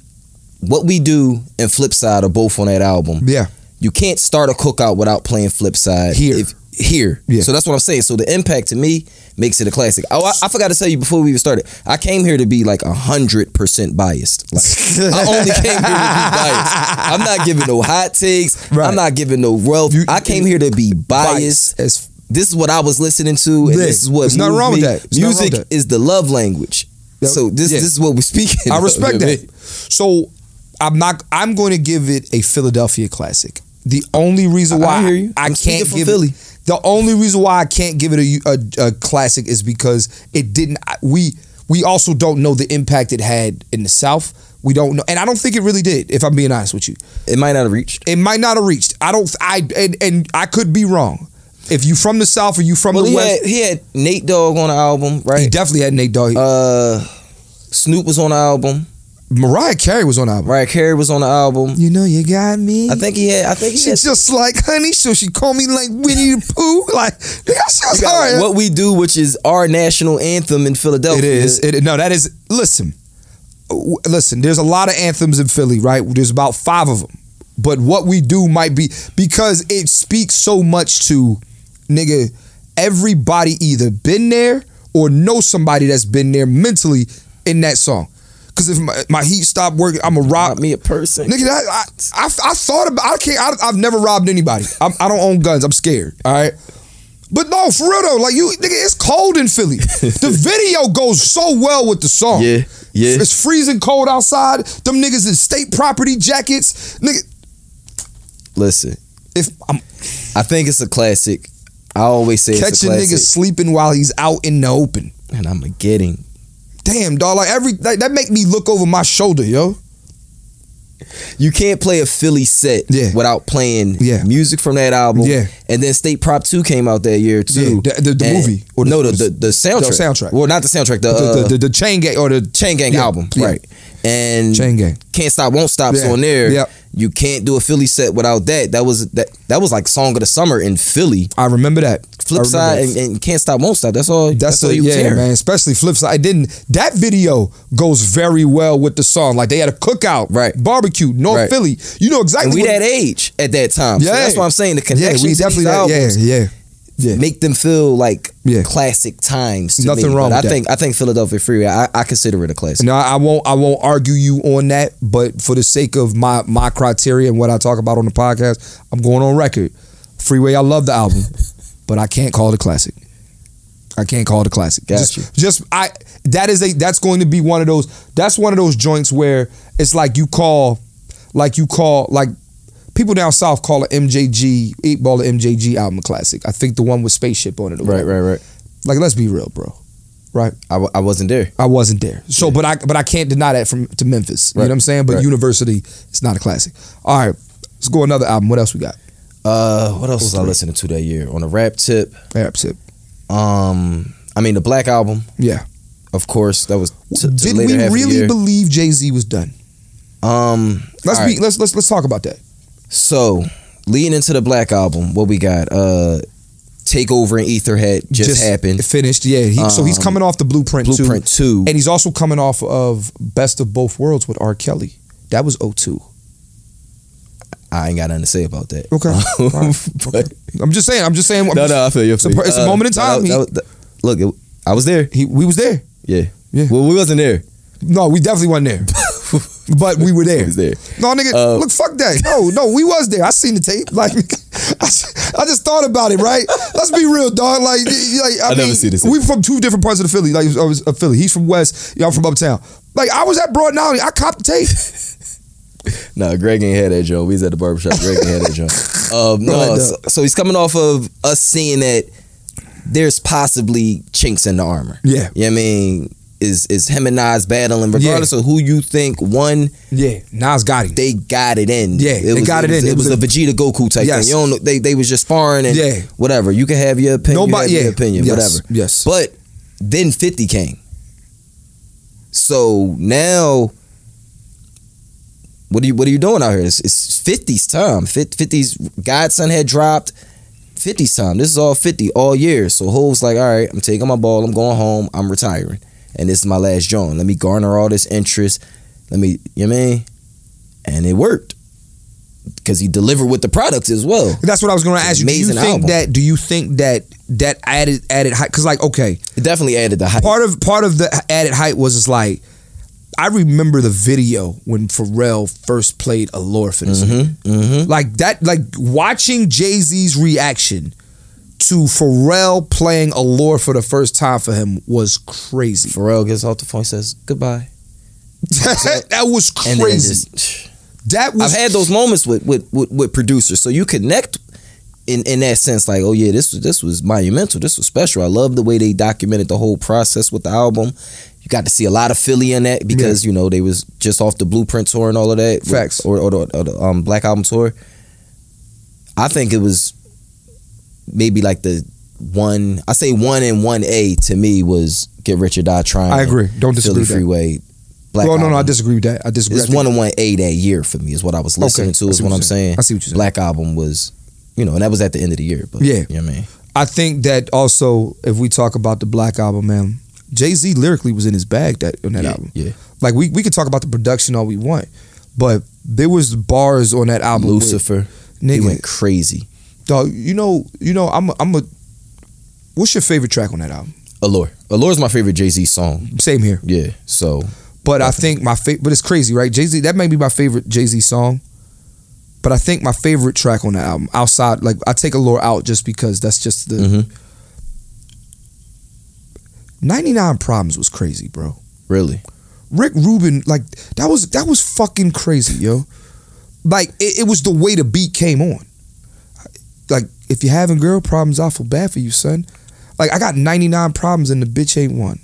[SPEAKER 4] what we do and Flipside are both on that album.
[SPEAKER 3] yeah,
[SPEAKER 4] You can't start a cookout without playing Flipside
[SPEAKER 3] Here.
[SPEAKER 4] If, here,
[SPEAKER 3] Yeah.
[SPEAKER 4] so that's what I'm saying. So the impact to me makes it a classic. Oh, I, I forgot to tell you before we even started. I came here to be like hundred percent biased. Like [laughs] I
[SPEAKER 3] [laughs]
[SPEAKER 4] only came here to be biased. I'm not giving no hot takes.
[SPEAKER 3] Right.
[SPEAKER 4] I'm not giving no wealth.
[SPEAKER 3] You-
[SPEAKER 4] I came here to be biased.
[SPEAKER 3] As
[SPEAKER 4] This is what I was listening to, and
[SPEAKER 3] Yeah.
[SPEAKER 4] this is what
[SPEAKER 3] There's nothing
[SPEAKER 4] moved
[SPEAKER 3] wrong with
[SPEAKER 4] me.
[SPEAKER 3] that. There's nothing wrong
[SPEAKER 4] Music
[SPEAKER 3] with that.
[SPEAKER 4] is the love language.
[SPEAKER 3] Yep.
[SPEAKER 4] So this
[SPEAKER 3] Yeah.
[SPEAKER 4] this is what we're speaking.
[SPEAKER 3] I
[SPEAKER 4] of,
[SPEAKER 3] respect
[SPEAKER 4] man.
[SPEAKER 3] that. So I'm not. I'm going to give it a Philadelphia classic. The only reason
[SPEAKER 4] I- I
[SPEAKER 3] why I,
[SPEAKER 4] hear you. I'm speaking
[SPEAKER 3] can't
[SPEAKER 4] from
[SPEAKER 3] give
[SPEAKER 4] Philly.
[SPEAKER 3] It, the only reason why I can't give it a, a, a classic is because it didn't. I- We we also don't know the impact it had in the South. We don't know, and I don't think it really did. If I'm being honest with you,
[SPEAKER 4] It might not have reached.
[SPEAKER 3] it might not have reached. I don't. I and, and I could be wrong. If you from the South or you from
[SPEAKER 4] Well,
[SPEAKER 3] the
[SPEAKER 4] he
[SPEAKER 3] West,
[SPEAKER 4] had, he had Nate Dogg on the album,
[SPEAKER 3] he
[SPEAKER 4] right?
[SPEAKER 3] definitely had Nate Dogg.
[SPEAKER 4] Uh, Snoop was on the album.
[SPEAKER 3] Mariah Carey was on the album.
[SPEAKER 4] Mariah Carey was on the album.
[SPEAKER 3] You know you got me.
[SPEAKER 4] I think he had. I think he
[SPEAKER 3] She
[SPEAKER 4] had.
[SPEAKER 3] just like honey, so she called me like Winnie the Pooh. [laughs] Like, nigga, she was
[SPEAKER 4] he got, like,
[SPEAKER 3] hard.
[SPEAKER 4] what we do, which is our national anthem in Philadelphia.
[SPEAKER 3] It is. It, no, that is. Listen, w- listen. There's a lot of anthems in Philly, right? There's about five of them. But what we do might be because it speaks so much to, nigga. Everybody either been there or know somebody that's been there mentally in that song. Cause if my, my heat stopped working, I'm a rock.
[SPEAKER 4] Not me a person.
[SPEAKER 3] Nigga, that, I, I I thought about. I can't. I, I've never robbed anybody. I'm, I don't own guns. I'm scared. All right. But no, for real though, like you, nigga, it's cold in
[SPEAKER 4] [laughs]
[SPEAKER 3] Philly. the video goes so well with the song.
[SPEAKER 4] Yeah, yeah.
[SPEAKER 3] oh. It's freezing cold outside. Them niggas in state property jackets. Nigga,
[SPEAKER 4] Listen,
[SPEAKER 3] if I'm
[SPEAKER 4] I think it's a classic. I always say it's a
[SPEAKER 3] catching
[SPEAKER 4] classic.
[SPEAKER 3] niggas sleeping while he's out in the open,
[SPEAKER 4] And I'm a getting.
[SPEAKER 3] damn dog, like every like, that make me look over my shoulder, yo.
[SPEAKER 4] You can't play a Philly set
[SPEAKER 3] Yeah.
[SPEAKER 4] without playing
[SPEAKER 3] Yeah.
[SPEAKER 4] music from that album.
[SPEAKER 3] Yeah.
[SPEAKER 4] And then State Prop 2 came out that year too.
[SPEAKER 3] Yeah, the- the- the
[SPEAKER 4] And-
[SPEAKER 3] movie. Or the-
[SPEAKER 4] no, the, the, the soundtrack.
[SPEAKER 3] soundtrack.
[SPEAKER 4] Well, not the soundtrack, the,
[SPEAKER 3] The,
[SPEAKER 4] uh,
[SPEAKER 3] the, the, the chain gang or the
[SPEAKER 4] Chain Gang
[SPEAKER 3] Yeah,
[SPEAKER 4] album.
[SPEAKER 3] yeah.
[SPEAKER 4] Right. And
[SPEAKER 3] chain gang.
[SPEAKER 4] Can't Stop Won't Stop's
[SPEAKER 3] Yeah,
[SPEAKER 4] on there.
[SPEAKER 3] yeah.
[SPEAKER 4] You can't do a Philly set without that. That was that that was like song of the summer in Philly.
[SPEAKER 3] I remember that. I remember
[SPEAKER 4] Flipside
[SPEAKER 3] that.
[SPEAKER 4] and, and Can't Stop Won't Stop. That's all
[SPEAKER 3] That's,
[SPEAKER 4] that's, all
[SPEAKER 3] a,
[SPEAKER 4] you
[SPEAKER 3] yeah,
[SPEAKER 4] care.
[SPEAKER 3] man. Especially flip side. I didn't. That video goes very well with the song. Like they had a cookout,
[SPEAKER 4] Right.
[SPEAKER 3] Barbecue, North
[SPEAKER 4] Right.
[SPEAKER 3] Philly. You know exactly.
[SPEAKER 4] And we
[SPEAKER 3] what-
[SPEAKER 4] that age at that time. So
[SPEAKER 3] Yeah.
[SPEAKER 4] that's what I'm saying. The
[SPEAKER 3] yeah,
[SPEAKER 4] connection
[SPEAKER 3] we
[SPEAKER 4] to
[SPEAKER 3] definitely
[SPEAKER 4] these
[SPEAKER 3] that. Yeah,
[SPEAKER 4] albums
[SPEAKER 3] yeah, yeah.
[SPEAKER 4] make them feel like
[SPEAKER 3] Yeah.
[SPEAKER 4] classic times. To
[SPEAKER 3] Nothing
[SPEAKER 4] me.
[SPEAKER 3] wrong
[SPEAKER 4] But I
[SPEAKER 3] with that.
[SPEAKER 4] think I think Philadelphia Freeway. I, I consider it a
[SPEAKER 3] [laughs]
[SPEAKER 4] classic.
[SPEAKER 3] No, I won't. I won't argue you on that. But for the sake of my my criteria and what I talk about on the podcast, I'm going on record. Freeway, I love the
[SPEAKER 4] [laughs]
[SPEAKER 3] album, but I can't call it a classic. I can't call it a classic.
[SPEAKER 4] Got
[SPEAKER 3] just,
[SPEAKER 4] you.
[SPEAKER 3] just I that is a that's going to be one of those that's one of those joints where it's like you call like you call like people down south call an MJG eight ball of MJG album a classic. I think the one with spaceship on it. or whatever.
[SPEAKER 4] right.
[SPEAKER 3] Like let's be real, bro.
[SPEAKER 4] I, w- I wasn't there.
[SPEAKER 3] I wasn't there. So, but I but I can't deny that from to Memphis. You know
[SPEAKER 4] Right.
[SPEAKER 3] what I'm saying? But
[SPEAKER 4] Right.
[SPEAKER 3] University, it's not a classic. All right, let's go another album. What else we got?
[SPEAKER 4] Uh, what else
[SPEAKER 3] Those
[SPEAKER 4] was I
[SPEAKER 3] three.
[SPEAKER 4] listening to that year? On the rap tip,
[SPEAKER 3] Rap tip.
[SPEAKER 4] um, I mean the Black album,
[SPEAKER 3] Yeah.
[SPEAKER 4] of course. That was t- to
[SPEAKER 3] Did we
[SPEAKER 4] later half of the
[SPEAKER 3] really
[SPEAKER 4] year.
[SPEAKER 3] believe Jay Z was done?
[SPEAKER 4] um,
[SPEAKER 3] Let's
[SPEAKER 4] all
[SPEAKER 3] be
[SPEAKER 4] right.
[SPEAKER 3] let's let's let's talk about that.
[SPEAKER 4] So leading into the Black album, what we got? Uh, Takeover and Etherhead just, happened.
[SPEAKER 3] It finished. Yeah. He, so he's
[SPEAKER 4] Um,
[SPEAKER 3] coming off the blueprint, too.
[SPEAKER 4] Blueprint two.
[SPEAKER 3] And he's also coming off of Best of Both Worlds with R. Kelly. That was 02.
[SPEAKER 4] I ain't got nothing to say about that. [laughs]
[SPEAKER 3] Okay. All right.
[SPEAKER 4] But-
[SPEAKER 3] Okay. I'm just saying. I'm just saying. I'm
[SPEAKER 4] no,
[SPEAKER 3] just-
[SPEAKER 4] no, I feel you. I
[SPEAKER 3] It's a
[SPEAKER 4] feel you. Uh,
[SPEAKER 3] per- it's a moment in
[SPEAKER 4] that-
[SPEAKER 3] time.
[SPEAKER 4] that
[SPEAKER 3] He-
[SPEAKER 4] was- that- look, it, I was there.
[SPEAKER 3] He, we [laughs] was there.
[SPEAKER 4] Yeah.
[SPEAKER 3] Yeah.
[SPEAKER 4] Well, we wasn't there.
[SPEAKER 3] No, we definitely wasn't
[SPEAKER 4] [laughs]
[SPEAKER 3] there. but Uh, we were there.
[SPEAKER 4] We was there.
[SPEAKER 3] No, nigga,
[SPEAKER 4] Uh,
[SPEAKER 3] look, fuck that. No, no, we was there. I seen the tape. [laughs] Like, I, I just thought about it. Right? Let's be real, dog. Like, y- like I,
[SPEAKER 4] I never
[SPEAKER 3] mean,
[SPEAKER 4] seen this.
[SPEAKER 3] We from two different parts of the Philly. Like, I was of Philly. He's from West. Y'all from uptown. Like, I was at Broad Nolly. I copped the
[SPEAKER 4] [laughs]
[SPEAKER 3] tape.
[SPEAKER 4] No, Greg ain't had that joint. We was at the barbershop. Greg ain't had
[SPEAKER 3] [laughs]
[SPEAKER 4] that joint. Um,
[SPEAKER 3] Right
[SPEAKER 4] no,
[SPEAKER 3] up.
[SPEAKER 4] so, so he's coming off of us seeing that there's possibly chinks in the armor.
[SPEAKER 3] Yeah.
[SPEAKER 4] You know what I mean? Is is him and Nas battling, regardless of who you think won,
[SPEAKER 3] Yeah, Nas got him.
[SPEAKER 4] they got it in.
[SPEAKER 3] Yeah, they got it
[SPEAKER 4] was,
[SPEAKER 3] in.
[SPEAKER 4] It,
[SPEAKER 3] It
[SPEAKER 4] was,
[SPEAKER 3] was
[SPEAKER 4] a Vegeta Goku type
[SPEAKER 3] Yes.
[SPEAKER 4] thing. You don't know, they they was just sparring and
[SPEAKER 3] Yeah.
[SPEAKER 4] whatever. You can have your opinion. Nobody,
[SPEAKER 3] Nobody.
[SPEAKER 4] you have
[SPEAKER 3] yeah,
[SPEAKER 4] your opinion,
[SPEAKER 3] yes,
[SPEAKER 4] whatever.
[SPEAKER 3] Yes.
[SPEAKER 4] But then 50 came. So now what are you what are you doing out here? It's, it's 50's time. Fif- 50's Godson had dropped 50's time. This is all 50 all year. So Hove's like, all right, I'm taking my ball, I'm going home, I'm retiring. And this is my last joint. Let me garner all this interest. Let me, you know what I mean? And it worked. Cause he delivered with the product as well.
[SPEAKER 3] That's what I was going to ask you. Do you
[SPEAKER 4] Amazing
[SPEAKER 3] think
[SPEAKER 4] album.
[SPEAKER 3] that? Do you think that that added added height? Because like, okay,
[SPEAKER 4] It definitely added the hype.
[SPEAKER 3] part of part of the added height was just like, I remember the video when Pharrell first played Allure for this. nigga.
[SPEAKER 4] mm-hmm.
[SPEAKER 3] Like that, like watching Jay Z's reaction to Pharrell playing Allure for the first time for him was [laughs] crazy.
[SPEAKER 4] Pharrell gets off the phone and says goodbye.
[SPEAKER 3] that was crazy.
[SPEAKER 4] And then it just,
[SPEAKER 3] that was
[SPEAKER 4] I've had those moments with, with with with producers, so you connect in in that sense. Like, oh yeah, this was this was monumental. This was special. I love the way they documented the whole process with the album. You got to see a lot of Philly in that because you know they was just off the Blueprint tour and all of that.
[SPEAKER 3] Facts.
[SPEAKER 4] or, or, the, or the um, Black Album tour. I think it was maybe like the one. I say one and one A to me was Get Rich or Die Trying.
[SPEAKER 3] I agree. Don't disagree
[SPEAKER 4] Philly
[SPEAKER 3] with that.
[SPEAKER 4] Freeway. Black
[SPEAKER 3] Well, no, no, I
[SPEAKER 4] Album.
[SPEAKER 3] disagree with that. I disagree. I
[SPEAKER 4] It's
[SPEAKER 3] think-
[SPEAKER 4] one on one A that year for me is what I was listening
[SPEAKER 3] Okay,
[SPEAKER 4] to
[SPEAKER 3] I
[SPEAKER 4] is
[SPEAKER 3] see
[SPEAKER 4] what, I'm saying.
[SPEAKER 3] I see what you're saying.
[SPEAKER 4] Black album was, you know, and that was at the end of the year. But
[SPEAKER 3] Yeah.
[SPEAKER 4] you know what I mean.
[SPEAKER 3] I think that also, if we talk about the Black album, man, Jay Z lyrically was in his bag that on that
[SPEAKER 4] yeah,
[SPEAKER 3] album.
[SPEAKER 4] yeah.
[SPEAKER 3] Like we we could talk about the production all we want, but there was bars on that album. with-
[SPEAKER 4] Lucifer, he
[SPEAKER 3] nigga,
[SPEAKER 4] went crazy.
[SPEAKER 3] dog. You know, you know. I'm a, I'm a. What's your favorite track on that album?
[SPEAKER 4] Allure, Allure is my favorite Jay Z song.
[SPEAKER 3] Same here,
[SPEAKER 4] Yeah, so
[SPEAKER 3] but I think my favorite. But it's crazy, right? Jay Z. That may be my favorite Jay Z song. But I think my favorite track on that album, outside, like I take Allure out just because that's just the
[SPEAKER 4] mhm.
[SPEAKER 3] 99 Problems was crazy, bro.
[SPEAKER 4] really,
[SPEAKER 3] Rick Rubin, like that was that was fucking crazy, yo. Like it, it was the way the beat came on. Like if you're having girl problems, I feel bad for you, son. Like I got 99 problems and the bitch ain't one.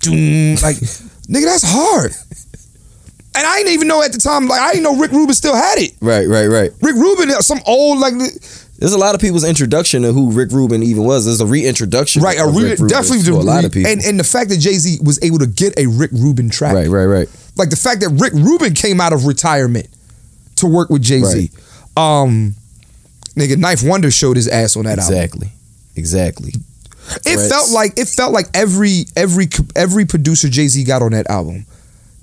[SPEAKER 3] Doom.
[SPEAKER 4] [laughs]
[SPEAKER 3] Like nigga, that's hard. And I didn't even know at the time. Like I didn't know Rick Rubin still had it.
[SPEAKER 4] right, right, right.
[SPEAKER 3] Rick Rubin, uh, some old like
[SPEAKER 4] There's a lot of people's introduction to who Rick Rubin even was. There's a reintroduction,
[SPEAKER 3] right. I
[SPEAKER 4] of Rick Rubin
[SPEAKER 3] definitely
[SPEAKER 4] to a lot of
[SPEAKER 3] re-
[SPEAKER 4] people.
[SPEAKER 3] And and the fact that Jay Z was able to get a Rick Rubin track,
[SPEAKER 4] right, right, right.
[SPEAKER 3] like the fact that Rick Rubin came out of retirement to work with Jay Z. Um, nigga, Knife Wonder showed his ass on that album.
[SPEAKER 4] Exactly, exactly.
[SPEAKER 3] It
[SPEAKER 4] Threats.
[SPEAKER 3] felt like it felt like every every every producer Jay Z got on that album.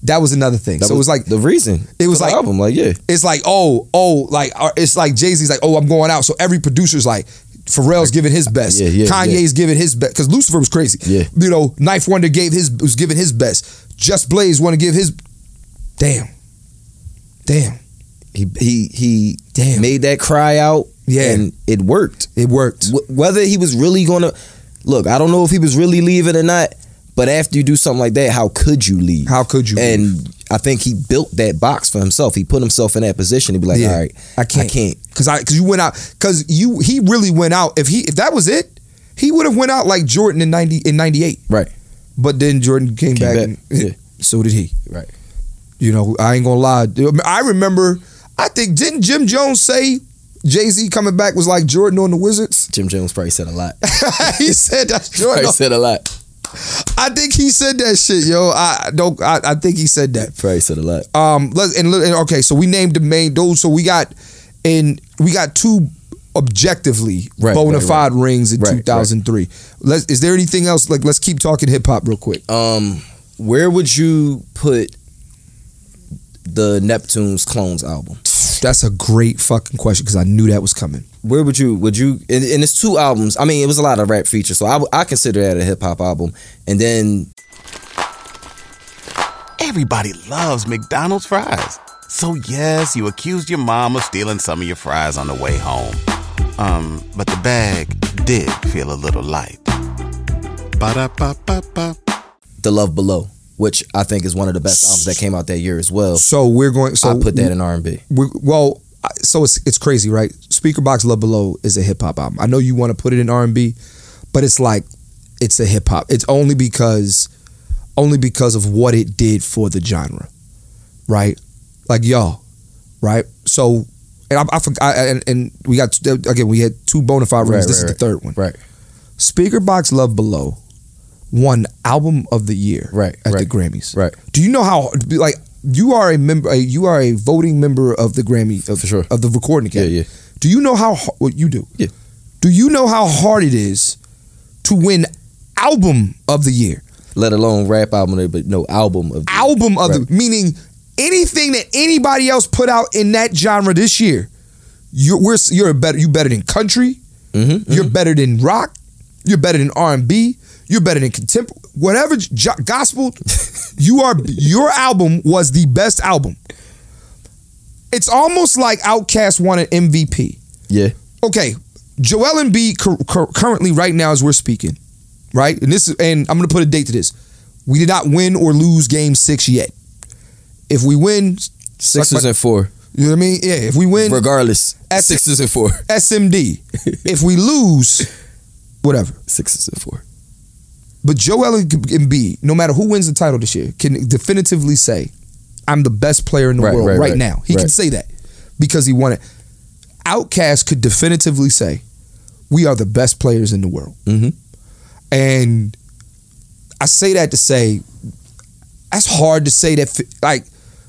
[SPEAKER 3] That was another thing.
[SPEAKER 4] That
[SPEAKER 3] so it was like
[SPEAKER 4] the reason.
[SPEAKER 3] it was
[SPEAKER 4] for the
[SPEAKER 3] like-
[SPEAKER 4] album, like yeah,
[SPEAKER 3] it's like oh oh like uh, it's like Jay Z's like oh I'm going out. So every producer's like. Pharrell's giving his best.
[SPEAKER 4] Yeah, yeah,
[SPEAKER 3] Kanye's giving his best because Lucifer was crazy.
[SPEAKER 4] Yeah.
[SPEAKER 3] you know, Knife Wonder gave his was giving his best. Just Blaze want to give his. Damn, damn,
[SPEAKER 4] he he he
[SPEAKER 3] damn.
[SPEAKER 4] made that cry out.
[SPEAKER 3] Yeah.
[SPEAKER 4] and it worked.
[SPEAKER 3] It worked.
[SPEAKER 4] Wh- whether he was really gonna look i don't know if he was really leaving or not but after you do something like that how could you leave
[SPEAKER 3] How could you?
[SPEAKER 4] and i think he built that box for himself he put himself in that position to be like
[SPEAKER 3] Yeah.
[SPEAKER 4] all right
[SPEAKER 3] I
[SPEAKER 4] i
[SPEAKER 3] can't
[SPEAKER 4] can't
[SPEAKER 3] because I because you went out because you he really went out. If he if that was it, he would have went out like Jordan in ninety in ninety eight.
[SPEAKER 4] Right.
[SPEAKER 3] But then Jordan came,
[SPEAKER 4] Came
[SPEAKER 3] back.
[SPEAKER 4] back,
[SPEAKER 3] And,
[SPEAKER 4] yeah.
[SPEAKER 3] So did he.
[SPEAKER 4] Right.
[SPEAKER 3] You know I ain't gonna lie. I remember. I think didn't Jim Jones say Jay Z coming back was like Jordan on the Wizards. [laughs]
[SPEAKER 4] [laughs] Jim Jones probably said a lot.
[SPEAKER 3] he said
[SPEAKER 4] [laughs]
[SPEAKER 3] that's Jordan.
[SPEAKER 4] Probably
[SPEAKER 3] on-
[SPEAKER 4] said a lot.
[SPEAKER 3] I think he said that shit, yo. I don't. I, I think he said that.
[SPEAKER 4] Probably said a lot.
[SPEAKER 3] Um, let's and, let- and okay, so we named the main those. So we got and we got two objectively
[SPEAKER 4] Right,
[SPEAKER 3] bona
[SPEAKER 4] right,
[SPEAKER 3] fide rings in
[SPEAKER 4] Right,
[SPEAKER 3] two thousand three. Let's. Is there anything else? Like, let's keep talking hip hop real quick.
[SPEAKER 4] Um, where would you put the Neptune's Clones album?
[SPEAKER 3] That's a great fucking question because I knew that was coming.
[SPEAKER 4] Where would you would you and, and it's two albums. I mean, it was a lot of rap features, so I, w- I consider that a hip hop album. And then
[SPEAKER 2] Everybody loves McDonald's fries. So yes, you accused your mom of stealing some of your fries on the way home. Um, but the bag did feel a little light. Ba-da-ba-ba-ba.
[SPEAKER 4] The Love Below, which I think is one of the best albums that came out that year as well.
[SPEAKER 3] So we're going. So
[SPEAKER 4] I put that in R and B.
[SPEAKER 3] we, well, I- so it's it's crazy, right? Speaker Box Love Below is a hip hop album. I know you want to put it in R and B, but it's like it's a hip hop. It's only because only because of what it did for the genre, right? Like y'all, right? So. And I, I forgot, and, and we got again. We had two bona fide rings.
[SPEAKER 4] Right,
[SPEAKER 3] this
[SPEAKER 4] right,
[SPEAKER 3] is the third one.
[SPEAKER 4] right.
[SPEAKER 3] Speaker Box Love Below won album of the year.
[SPEAKER 4] Right,
[SPEAKER 3] At the
[SPEAKER 4] right,
[SPEAKER 3] Grammys.
[SPEAKER 4] right.
[SPEAKER 3] Do you know how like you are a member? You are a voting member of the Grammy of,
[SPEAKER 4] For sure.
[SPEAKER 3] of the Recording Academy.
[SPEAKER 4] Yeah, yeah.
[SPEAKER 3] Do you know how har- what you do?
[SPEAKER 4] Yeah.
[SPEAKER 3] Do you know how hard it is to win album of the year?
[SPEAKER 4] Let alone rap album, but no album of the year.
[SPEAKER 3] Album of
[SPEAKER 4] Right.
[SPEAKER 3] the meaning anything that anybody else put out in that genre this year. You're we're, you're better. You better than country.
[SPEAKER 4] Mhm, mhm.
[SPEAKER 3] You're better than rock. You're better than R and B. You're better than contemporary. Whatever j-
[SPEAKER 4] [laughs]
[SPEAKER 3] gospel, you are. Your album was the best album. It's almost like Outkast won an MVP.
[SPEAKER 4] Yeah.
[SPEAKER 3] Okay, Joel Embiid cur- cur- currently right now as we're speaking, right? And this is, and I'm gonna put a date to this. We did not win or lose Game Six yet. If we win,
[SPEAKER 4] Sixes and four.
[SPEAKER 3] you know what I mean? Yeah. If we win,
[SPEAKER 4] Regardless.
[SPEAKER 3] At-
[SPEAKER 4] Sixes and four.
[SPEAKER 3] SMD. if we lose, whatever.
[SPEAKER 4] Sixes and four.
[SPEAKER 3] But Joel and Embiid, no matter who wins the title this year, can definitively say, "I'm the best player in the
[SPEAKER 4] Right,
[SPEAKER 3] world right,
[SPEAKER 4] right, right,
[SPEAKER 3] now." He can
[SPEAKER 4] right.
[SPEAKER 3] say that because he won it. Outcast could definitively say, "We are the best players in the world."
[SPEAKER 4] Mhm.
[SPEAKER 3] And I say that to say, that's hard to say that. fi- Like,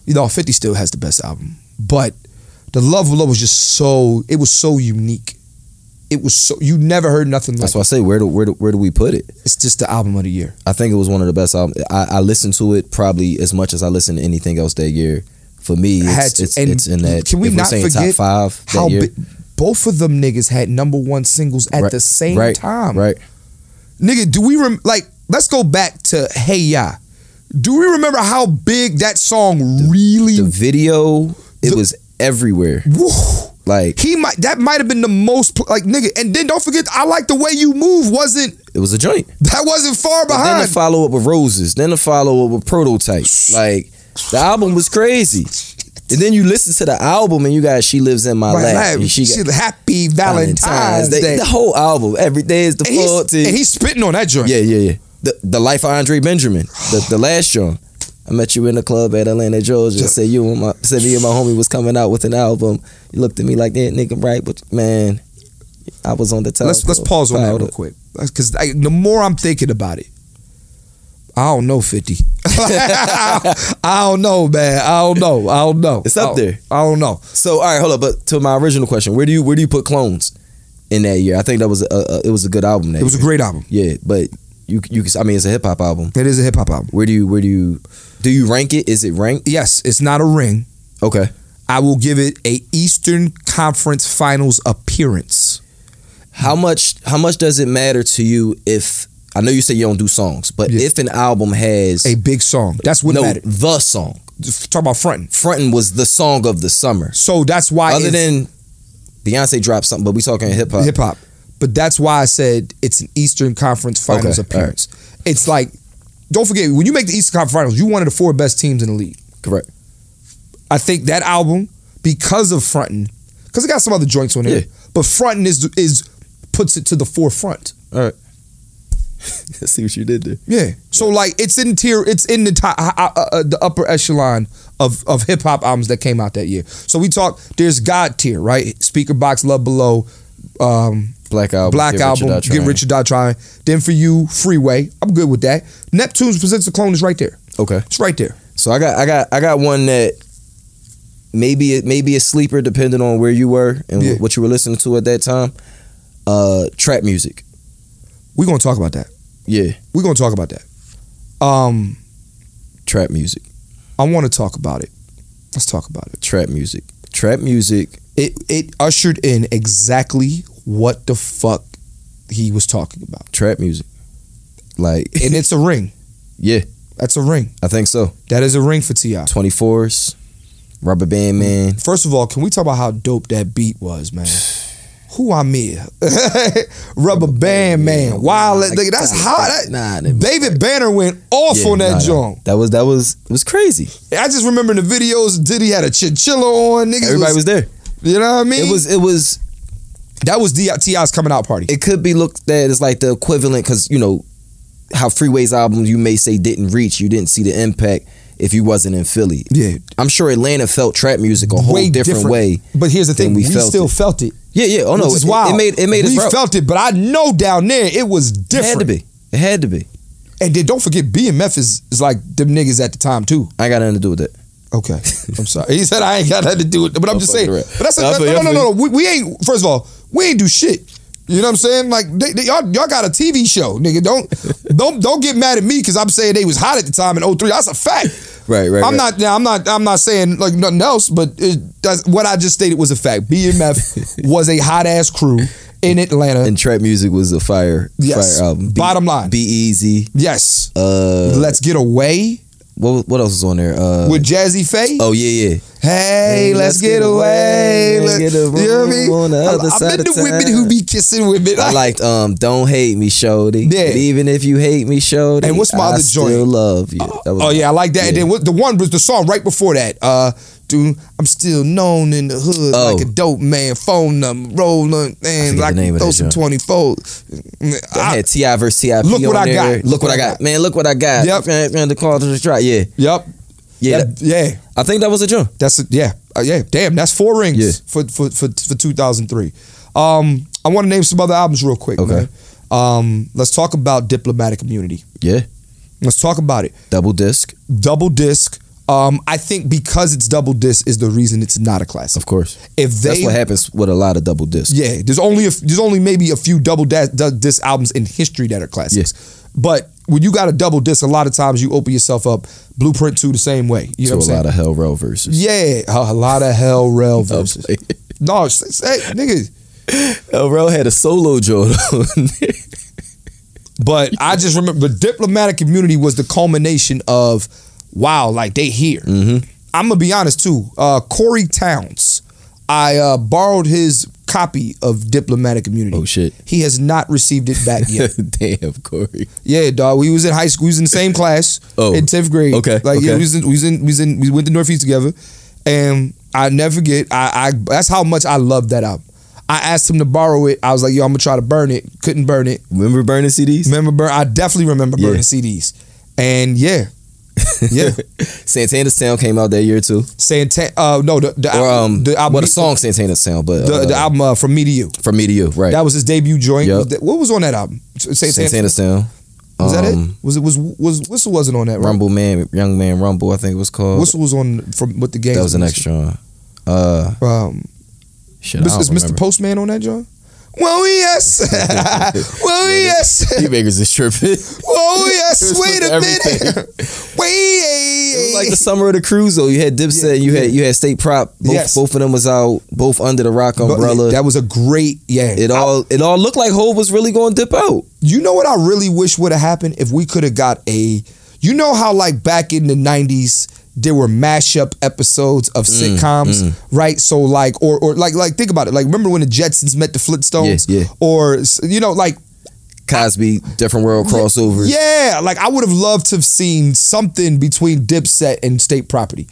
[SPEAKER 3] you know, Fifty still has the best album, but the Love Below was just so. It was so unique. It was so you never heard nothing like.
[SPEAKER 4] That's why I say where do where do, where do we put it?
[SPEAKER 3] It's just the album of the year.
[SPEAKER 4] I think it was one of the best albums. I, I listened to it probably as much as I listened to anything else that year. For me, it's,
[SPEAKER 3] Had to-
[SPEAKER 4] it's,
[SPEAKER 3] and
[SPEAKER 4] it's in that.
[SPEAKER 3] can we
[SPEAKER 4] if we're
[SPEAKER 3] not
[SPEAKER 4] saying
[SPEAKER 3] forget
[SPEAKER 4] top five that
[SPEAKER 3] how
[SPEAKER 4] year?
[SPEAKER 3] bi- both of them niggas had number one singles at
[SPEAKER 4] Right,
[SPEAKER 3] the same
[SPEAKER 4] right,
[SPEAKER 3] time.
[SPEAKER 4] Right.
[SPEAKER 3] Nigga, do we rem- like? Let's go back to Hey Ya. Do we remember how big that song really?
[SPEAKER 4] The video, it
[SPEAKER 3] The-
[SPEAKER 4] was everywhere.
[SPEAKER 3] Woo.
[SPEAKER 4] Like
[SPEAKER 3] he might that might have been the most pl- like nigga. And then don't forget, I like the way you move. Wasn't
[SPEAKER 4] it was a joint.
[SPEAKER 3] that wasn't far
[SPEAKER 4] But then
[SPEAKER 3] behind?
[SPEAKER 4] the follow up with roses. Then the follow up with prototype. Like the album was crazy. And then you listen to the album and you got she lives in my
[SPEAKER 3] Right,
[SPEAKER 4] lap.
[SPEAKER 3] like,
[SPEAKER 4] and she got
[SPEAKER 3] she's happy Valentine's, Day.
[SPEAKER 4] The whole album. Every day is the
[SPEAKER 3] and, he's,
[SPEAKER 4] fault.
[SPEAKER 3] and he's spitting on that joint.
[SPEAKER 4] Yeah, yeah, yeah. The, the life of Andre Benjamin, the, the last joint. I met you in the club at Atlanta, Georgia. Said you and my said me and my homie was coming out with an album. You looked at me like that nigga, right? But man, I was on the top.
[SPEAKER 3] let's let's pause on that real quick because the more I'm thinking about it, I don't know fifty. [laughs] I don't know, man. I don't know. I don't know.
[SPEAKER 4] It's up
[SPEAKER 3] I don't-
[SPEAKER 4] there.
[SPEAKER 3] I don't know.
[SPEAKER 4] So all right, hold up. But to my original question, where do you where do you put clones in that year? I think that was a, a it was a good album. That
[SPEAKER 3] It was a
[SPEAKER 4] year.
[SPEAKER 3] great album.
[SPEAKER 4] yeah. But you you can- I mean it's a hip hop album.
[SPEAKER 3] It is a hip hop album.
[SPEAKER 4] Where do you where do you do you rank it? Is it ranked?
[SPEAKER 3] Yes, it's not a ring.
[SPEAKER 4] Okay.
[SPEAKER 3] I will give it a Eastern Conference Finals appearance.
[SPEAKER 4] how much how much does it matter to you if I know you say you don't do songs, but
[SPEAKER 3] Yeah.
[SPEAKER 4] if an album has
[SPEAKER 3] A big song. That's what
[SPEAKER 4] no
[SPEAKER 3] mattered.
[SPEAKER 4] the song,
[SPEAKER 3] Talk about fronting.
[SPEAKER 4] Frontin was the song of the summer.
[SPEAKER 3] So that's why
[SPEAKER 4] Other
[SPEAKER 3] it's
[SPEAKER 4] than Beyonce dropped something, but we talking hip hop.
[SPEAKER 3] hip hop. But that's why I said it's an Eastern Conference Finals
[SPEAKER 4] Okay,
[SPEAKER 3] appearance. It's like, don't forget when you make the Eastern Conference Finals, you one of the four best teams in the league.
[SPEAKER 4] Correct. [laughs]
[SPEAKER 3] I think that album, because of Frontin, because it got some other joints on it,
[SPEAKER 4] Yeah.
[SPEAKER 3] but Frontin is is puts it to the forefront.
[SPEAKER 4] All right. I see what you did there.
[SPEAKER 3] Yeah. So like it's in tier, it's in the top, uh, uh, uh, the upper echelon of of hip hop albums that came out that year. So we talk. There's God tier, right? Speaker Box, Love Below, um,
[SPEAKER 4] Black album.
[SPEAKER 3] Black
[SPEAKER 4] Get Rich or
[SPEAKER 3] Album,
[SPEAKER 4] Die
[SPEAKER 3] Get
[SPEAKER 4] Trying.
[SPEAKER 3] Rich or Die Trying. Then for you, Freeway. I'm good with that. Neptune's Presents the Clone is right there.
[SPEAKER 4] Okay.
[SPEAKER 3] It's right there.
[SPEAKER 4] So I got I got I got one that maybe it maybe a sleeper depending on where you were and
[SPEAKER 3] Yeah.
[SPEAKER 4] what you were listening to at that time. Uh trap music.
[SPEAKER 3] We're gonna talk about that.
[SPEAKER 4] Yeah,
[SPEAKER 3] We're gonna talk about that. Um,
[SPEAKER 4] trap music.
[SPEAKER 3] I want to talk about it. Let's talk about it.
[SPEAKER 4] Trap music. Trap music.
[SPEAKER 3] It it ushered in exactly what the fuck he was talking about,
[SPEAKER 4] Trap music. Like
[SPEAKER 3] and it's a [laughs] ring.
[SPEAKER 4] yeah,
[SPEAKER 3] That's a ring.
[SPEAKER 4] I think so.
[SPEAKER 3] That is a ring for Ti.
[SPEAKER 4] 24s, Rubber Band Man.
[SPEAKER 3] First of all, can we talk about how dope that beat was, [sighs] man? Who I mean, [laughs] Rubber Band Man, Wow,
[SPEAKER 4] Nah,
[SPEAKER 3] that- nigga, that's
[SPEAKER 4] nah,
[SPEAKER 3] hot. That-
[SPEAKER 4] nah, that-
[SPEAKER 3] David Banner went off
[SPEAKER 4] Yeah,
[SPEAKER 3] on
[SPEAKER 4] nah,
[SPEAKER 3] that
[SPEAKER 4] nah.
[SPEAKER 3] joint.
[SPEAKER 4] That was that was it was crazy.
[SPEAKER 3] I just remember in the videos, Diddy had a chinchilla on. Niggas
[SPEAKER 4] Everybody was there.
[SPEAKER 3] you know what I mean?
[SPEAKER 4] It was it was
[SPEAKER 3] that was D- Ti's coming out party.
[SPEAKER 4] it could be looked at as like the equivalent because you know how Freeway's album you may say didn't reach, you didn't see the impact if you wasn't in Philly.
[SPEAKER 3] Yeah.
[SPEAKER 4] I'm sure Atlanta felt trap music a whole
[SPEAKER 3] Way
[SPEAKER 4] different,
[SPEAKER 3] different.
[SPEAKER 4] way.
[SPEAKER 3] But here's the
[SPEAKER 4] Then
[SPEAKER 3] thing: we,
[SPEAKER 4] we felt
[SPEAKER 3] still
[SPEAKER 4] it.
[SPEAKER 3] felt it.
[SPEAKER 4] Yeah, yeah. Oh no,
[SPEAKER 3] which is
[SPEAKER 4] it,
[SPEAKER 3] wild.
[SPEAKER 4] it made it made
[SPEAKER 3] we
[SPEAKER 4] us proud.
[SPEAKER 3] felt it, but I know down there it was
[SPEAKER 4] It had to
[SPEAKER 3] different.
[SPEAKER 4] be. It had to be.
[SPEAKER 3] And then don't forget, BMF is is like them niggas at the time too.
[SPEAKER 4] I ain't got nothing to do with that.
[SPEAKER 3] Okay, I'm sorry. He said I ain't got nothing to do with it, but I'm
[SPEAKER 4] I'll
[SPEAKER 3] just
[SPEAKER 4] fuck
[SPEAKER 3] saying.
[SPEAKER 4] it around.
[SPEAKER 3] But that's a,
[SPEAKER 4] Nah, I feel you,
[SPEAKER 3] no,
[SPEAKER 4] I
[SPEAKER 3] no, no,
[SPEAKER 4] feel
[SPEAKER 3] no. We, we ain't. First of all, we ain't do shit. You know what I'm saying? Like they, they, y'all, y'all got a TV show, nigga.
[SPEAKER 4] [laughs]
[SPEAKER 3] Don't don't don't get mad at me because I'm saying they was hot at the time in 03. That's a fact.
[SPEAKER 4] Right, right,
[SPEAKER 3] I'm
[SPEAKER 4] right.
[SPEAKER 3] not. Now, I'm not. I'm not saying like nothing else. But it, that's, what I just stated was a fact.
[SPEAKER 4] [laughs]
[SPEAKER 3] BMF was a hot ass crew in Atlanta.
[SPEAKER 4] And trap music was a fire
[SPEAKER 3] Yes.
[SPEAKER 4] fire album.
[SPEAKER 3] Bottom line.
[SPEAKER 4] Be easy.
[SPEAKER 3] yes.
[SPEAKER 4] Uh
[SPEAKER 3] Let's get away
[SPEAKER 4] what what else was on there? Uh
[SPEAKER 3] with Jazzy Faye.
[SPEAKER 4] Oh yeah, yeah.
[SPEAKER 3] Hey,
[SPEAKER 4] Hey,
[SPEAKER 3] let's, get, away.
[SPEAKER 4] Let's
[SPEAKER 3] Let-
[SPEAKER 4] get
[SPEAKER 3] you know what I
[SPEAKER 4] away
[SPEAKER 3] mean?
[SPEAKER 4] on the
[SPEAKER 3] I-
[SPEAKER 4] other
[SPEAKER 3] I've
[SPEAKER 4] side
[SPEAKER 3] been
[SPEAKER 4] of
[SPEAKER 3] the women
[SPEAKER 4] town.
[SPEAKER 3] who be kissing women. [laughs]
[SPEAKER 4] I liked um Don't Hate Me, Shody.
[SPEAKER 3] Yeah.
[SPEAKER 4] But even if you hate me, Shody.
[SPEAKER 3] And what's my
[SPEAKER 4] I
[SPEAKER 3] other
[SPEAKER 4] Still
[SPEAKER 3] joint?
[SPEAKER 4] love you. That was
[SPEAKER 3] Oh yeah, I like that. And
[SPEAKER 4] Yeah.
[SPEAKER 3] then what, the one was the song right before that. Uh, dude, I'm still known in the hood
[SPEAKER 4] Oh.
[SPEAKER 3] like a dope man. Phone number, rolling, and
[SPEAKER 4] the
[SPEAKER 3] like
[SPEAKER 4] name of
[SPEAKER 3] throw
[SPEAKER 4] that
[SPEAKER 3] some
[SPEAKER 4] joint.
[SPEAKER 3] twenty four.
[SPEAKER 4] I had Ti versus Ti.
[SPEAKER 3] Look what
[SPEAKER 4] on
[SPEAKER 3] I got.
[SPEAKER 4] there. Look what I got, man. Look what I got.
[SPEAKER 3] Yep.
[SPEAKER 4] Man, man, the call to the strike. Yeah,
[SPEAKER 3] Yep.
[SPEAKER 4] yeah.
[SPEAKER 3] That- yeah.
[SPEAKER 4] I think that was a jump.
[SPEAKER 3] That's a, yeah, uh, yeah. Damn, that's four rings
[SPEAKER 4] Yeah.
[SPEAKER 3] for for for, for two thousand three. Um, I want to name some other albums real quick,
[SPEAKER 4] Okay.
[SPEAKER 3] man. Um, let's talk about diplomatic immunity.
[SPEAKER 4] Yeah,
[SPEAKER 3] Let's talk about it.
[SPEAKER 4] double disc,
[SPEAKER 3] Double disc. Um, I think because it's double disc is the reason it's not a classic.
[SPEAKER 4] of course.
[SPEAKER 3] If they,
[SPEAKER 4] That's what happens with a lot of double discs.
[SPEAKER 3] yeah, there's only a, there's only maybe a few double da- da- disc albums in history that are classics. But when you got a double disc, a lot of times you open yourself up. Blueprint two the same way. You know
[SPEAKER 4] to a
[SPEAKER 3] what I'm saying?
[SPEAKER 4] lot of Hell Row verses.
[SPEAKER 3] Yeah, a lot of hell rail verses.
[SPEAKER 4] playing.
[SPEAKER 3] no, say, say, nigga.
[SPEAKER 4] [laughs] Hell Row had a solo joint on there.
[SPEAKER 3] But I just remember but diplomatic community was the culmination of wow, like they here.
[SPEAKER 4] Mm-hmm.
[SPEAKER 3] I'm gonna be honest too. Uh, Corey Towns, I uh, borrowed his copy of diplomatic community.
[SPEAKER 4] Oh, shit.
[SPEAKER 3] He has not received it back yet.
[SPEAKER 4] [laughs] Damn, Corey.
[SPEAKER 3] yeah, dog. We was in high school. We was in the same class.
[SPEAKER 4] Oh,
[SPEAKER 3] in tenth grade.
[SPEAKER 4] okay,
[SPEAKER 3] Like yeah,
[SPEAKER 4] okay.
[SPEAKER 3] we was in, we was in we was in we went to Northeast together, and I never forget. I, I that's how much I loved that album. I asked him to borrow it. I was like, yo, I'm gonna try to burn it. Couldn't burn it.
[SPEAKER 4] Remember burning CDs?
[SPEAKER 3] Remember, burn, I definitely remember
[SPEAKER 4] Yeah.
[SPEAKER 3] burning CDs. And yeah,
[SPEAKER 4] [laughs]
[SPEAKER 3] yeah.
[SPEAKER 4] Santana Sound came out that year too.
[SPEAKER 3] Santana, uh, no, the, the
[SPEAKER 4] Or
[SPEAKER 3] album,
[SPEAKER 4] um,
[SPEAKER 3] the album,
[SPEAKER 4] well, the song Santana Sound, but
[SPEAKER 3] the,
[SPEAKER 4] uh,
[SPEAKER 3] the album uh, from Me to You.
[SPEAKER 4] from me to you, right?
[SPEAKER 3] That was his debut joint.
[SPEAKER 4] Yup.
[SPEAKER 3] Was that- what was on that album? Santana.
[SPEAKER 4] Santana Sound.
[SPEAKER 3] Was that
[SPEAKER 4] Um,
[SPEAKER 3] it? Was it was was Whistle wasn't on that? Right?
[SPEAKER 4] Rumble Man, Young Man Rumble, I think it was called.
[SPEAKER 3] Whistle was on from with the game.
[SPEAKER 4] that was an extra one. Uh,
[SPEAKER 3] Um,
[SPEAKER 4] shit, I
[SPEAKER 3] is
[SPEAKER 4] don't
[SPEAKER 3] Mr.
[SPEAKER 4] remember.
[SPEAKER 3] Postman on that joint? Well
[SPEAKER 4] [laughs]
[SPEAKER 3] yes, well yes,
[SPEAKER 4] Haymakers is tripping. [laughs] it
[SPEAKER 3] well yes.
[SPEAKER 4] [laughs] was
[SPEAKER 3] Wait a
[SPEAKER 4] everything.
[SPEAKER 3] [laughs] minute, wait.
[SPEAKER 4] was like the summer of the cruise, though. You had Dipset, you had you had State Prop. Both
[SPEAKER 3] Yes.
[SPEAKER 4] both of them was out. Both under the rock
[SPEAKER 3] But
[SPEAKER 4] umbrella.
[SPEAKER 3] That was a great yeah.
[SPEAKER 4] it all it all looked like Hov was really going to dip out.
[SPEAKER 3] You know what I really wish would have happened if we could have got a. You know how like back in the '90s there were mashup episodes of
[SPEAKER 4] Mm,
[SPEAKER 3] sitcoms, right? So like, or or like like think about it. Like remember when the Jetsons met the Flintstones,
[SPEAKER 4] Yeah, yeah.
[SPEAKER 3] or you know like
[SPEAKER 4] Cosby, different world crossover.
[SPEAKER 3] yeah, like I would
[SPEAKER 4] Mm-hmm.
[SPEAKER 3] have loved to have seen something between Dipset and State Property.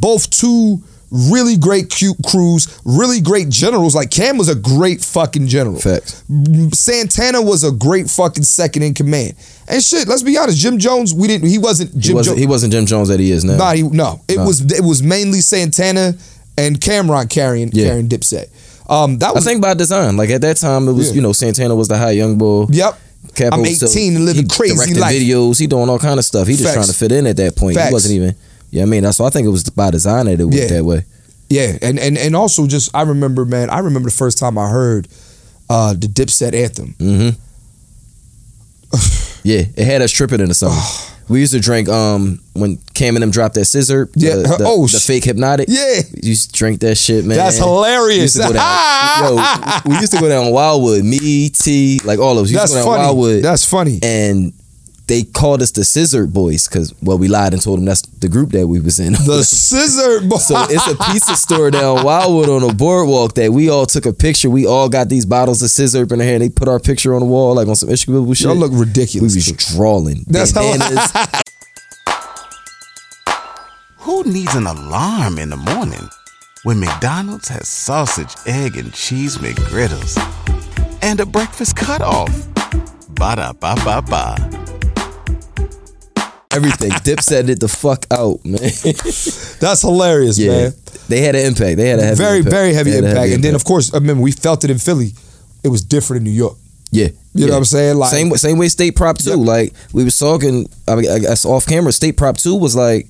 [SPEAKER 3] Both two really great cute crews, really great generals. Like Cam was a great fucking general.
[SPEAKER 4] Facts.
[SPEAKER 3] Santana was a great fucking second in command. And shit, let's be honest, Jim Jones, we didn't. He wasn't
[SPEAKER 4] He
[SPEAKER 3] Jim
[SPEAKER 4] wasn't,
[SPEAKER 3] Jones.
[SPEAKER 4] he wasn't Jim Jones that he is now.
[SPEAKER 3] Nah, he, no. It
[SPEAKER 4] Nah.
[SPEAKER 3] was it was mainly Santana and Cameron carrying
[SPEAKER 4] Yeah.
[SPEAKER 3] carrying Dipset. Um, that
[SPEAKER 4] I
[SPEAKER 3] was
[SPEAKER 4] think by design. Like at that time, it was
[SPEAKER 3] Yeah.
[SPEAKER 4] you know Santana was the high young bull.
[SPEAKER 3] yep.
[SPEAKER 4] Capo,
[SPEAKER 3] I'm
[SPEAKER 4] so
[SPEAKER 3] 18 and living
[SPEAKER 4] he
[SPEAKER 3] crazy
[SPEAKER 4] directed
[SPEAKER 3] life.
[SPEAKER 4] videos. He doing all kind of stuff. He just
[SPEAKER 3] Facts.
[SPEAKER 4] trying to fit in at that point.
[SPEAKER 3] Facts.
[SPEAKER 4] He wasn't even. Yeah, I mean, that's why I think it was by design that it went
[SPEAKER 3] Yeah.
[SPEAKER 4] that way.
[SPEAKER 3] Yeah, and and and also just I remember, man. I remember the first time I heard uh the Dipset anthem. [laughs]
[SPEAKER 4] hmm yeah, it had us tripping in the
[SPEAKER 3] [sighs]
[SPEAKER 4] summer. we used to drink um when Cam and them dropped that scissor. the-
[SPEAKER 3] Yeah,
[SPEAKER 4] the,
[SPEAKER 3] oh,
[SPEAKER 4] the
[SPEAKER 3] sh-
[SPEAKER 4] fake hypnotic.
[SPEAKER 3] Yeah,
[SPEAKER 4] You used to drink that shit, man.
[SPEAKER 3] that's
[SPEAKER 4] We used
[SPEAKER 3] hilarious.
[SPEAKER 4] to
[SPEAKER 3] [laughs]
[SPEAKER 4] go down. yo, we used to go down Wildwood. Me, T, like all of us. We used
[SPEAKER 3] that's
[SPEAKER 4] to go down
[SPEAKER 3] funny.
[SPEAKER 4] Wildwood.
[SPEAKER 3] That's funny.
[SPEAKER 4] and they called us the Scissor Boys because well, we lied and told them that's the group that we was in.
[SPEAKER 3] The scissor boy.
[SPEAKER 4] [laughs] so it's a pizza store down Wildwood on a boardwalk that we all took a picture. We all got these bottles of scissor in our hand. They put our picture on the wall like on some Ishkaboo shit.
[SPEAKER 3] Y'all look
[SPEAKER 4] we
[SPEAKER 3] ridiculous.
[SPEAKER 4] was drawing
[SPEAKER 3] That's how- [laughs]
[SPEAKER 4] bananas.
[SPEAKER 2] Who needs an alarm in the morning when McDonald's has sausage, egg, and cheese McGriddles and a breakfast cutoff? Ba da ba ba ba.
[SPEAKER 4] everything. Dipset it the fuck out,
[SPEAKER 3] [laughs]
[SPEAKER 4] man.
[SPEAKER 3] that's hilarious,
[SPEAKER 4] yeah,
[SPEAKER 3] man.
[SPEAKER 4] they had an impact. They had a heavy
[SPEAKER 3] very
[SPEAKER 4] impact.
[SPEAKER 3] very heavy
[SPEAKER 4] They had a
[SPEAKER 3] impact. and then of course, I remember we felt it in Philly. It was different in New York.
[SPEAKER 4] yeah,
[SPEAKER 3] You
[SPEAKER 4] yeah.
[SPEAKER 3] know what I'm saying? Like
[SPEAKER 4] same same way state prop two. Like we was talking, I mean, I guess off camera, state prop two was like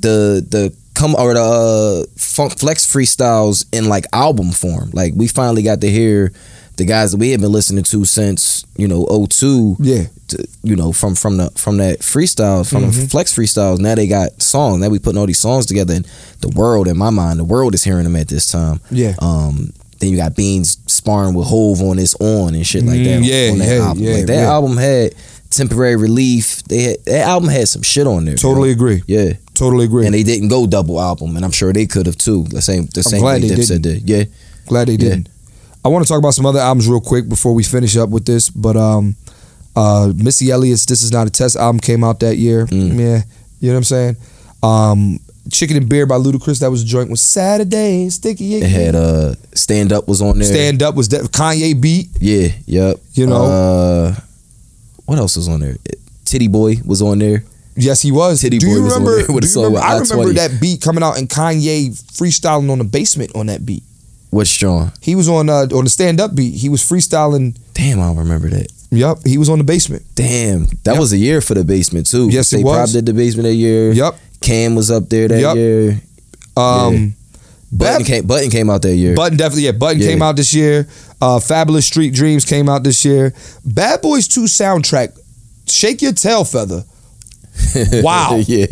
[SPEAKER 4] the the come or the uh, funk flex freestyles in like album form. Like we finally got to hear the guys that we had been listening to since you know 02
[SPEAKER 3] Yeah.
[SPEAKER 4] to- you know from from the from that freestyle from the flex freestyles now they got songs now we putting all these songs together and the world in my mind the world is hearing them at this time
[SPEAKER 3] Yeah.
[SPEAKER 4] um then you got beans sparring with hove on this on and shit like
[SPEAKER 3] Mm,
[SPEAKER 4] that
[SPEAKER 3] yeah,
[SPEAKER 4] on that
[SPEAKER 3] yeah,
[SPEAKER 4] album
[SPEAKER 3] yeah,
[SPEAKER 4] like that
[SPEAKER 3] yeah.
[SPEAKER 4] album had temporary relief they had that album had some shit on there
[SPEAKER 3] Totally
[SPEAKER 4] bro.
[SPEAKER 3] agree.
[SPEAKER 4] yeah
[SPEAKER 3] Totally agree.
[SPEAKER 4] and they didn't go double album and i'm sure they could have too the same the same
[SPEAKER 3] glad
[SPEAKER 4] way
[SPEAKER 3] they
[SPEAKER 4] Dipset did yeah
[SPEAKER 3] Glad they
[SPEAKER 4] Yeah.
[SPEAKER 3] didn't. I want to talk about some other albums real quick before we finish up with this, but um, uh, Missy Elliott's "This Is Not a Test" album came out that year.
[SPEAKER 4] Mm.
[SPEAKER 3] Yeah, you know what I'm saying. Um, "Chicken and Beer" by Ludacris that was a joint with Saturday Sticky.
[SPEAKER 4] it had uh stand up was on there
[SPEAKER 3] Stand Up was that Kanye beat.
[SPEAKER 4] Yeah, yep.
[SPEAKER 3] You know?
[SPEAKER 4] uh, what else was on there? Titty Boy was on there.
[SPEAKER 3] Yes, he was.
[SPEAKER 4] Titty
[SPEAKER 3] do
[SPEAKER 4] Boy
[SPEAKER 3] you
[SPEAKER 4] was on
[SPEAKER 3] remember?
[SPEAKER 4] there [laughs] with
[SPEAKER 3] do
[SPEAKER 4] a
[SPEAKER 3] you
[SPEAKER 4] song
[SPEAKER 3] remember
[SPEAKER 4] with
[SPEAKER 3] I
[SPEAKER 4] I-20.
[SPEAKER 3] remember that beat coming out and Kanye freestyling on the basement on that beat.
[SPEAKER 4] What's Strong?
[SPEAKER 3] He was on uh, on the Stand Up beat. He was freestyling.
[SPEAKER 4] Damn, I don't remember that.
[SPEAKER 3] Yup, he was on the basement.
[SPEAKER 4] Damn, that
[SPEAKER 3] Yep.
[SPEAKER 4] was a year for the basement too.
[SPEAKER 3] Yes,
[SPEAKER 4] they
[SPEAKER 3] it was.
[SPEAKER 4] Prop did the basement that year.
[SPEAKER 3] Yup.
[SPEAKER 4] Cam was up there that
[SPEAKER 3] Yup.
[SPEAKER 4] year.
[SPEAKER 3] Um,
[SPEAKER 4] Button
[SPEAKER 3] Bab-
[SPEAKER 4] came. Button came out that year. [laughs]
[SPEAKER 3] Button definitely, yeah. Button
[SPEAKER 4] Yeah.
[SPEAKER 3] came out this year. Uh, Fabulous Street Dreams came out this year. Bad Boys Two soundtrack. Shake your tail feather. Wow.
[SPEAKER 4] [laughs] yeah.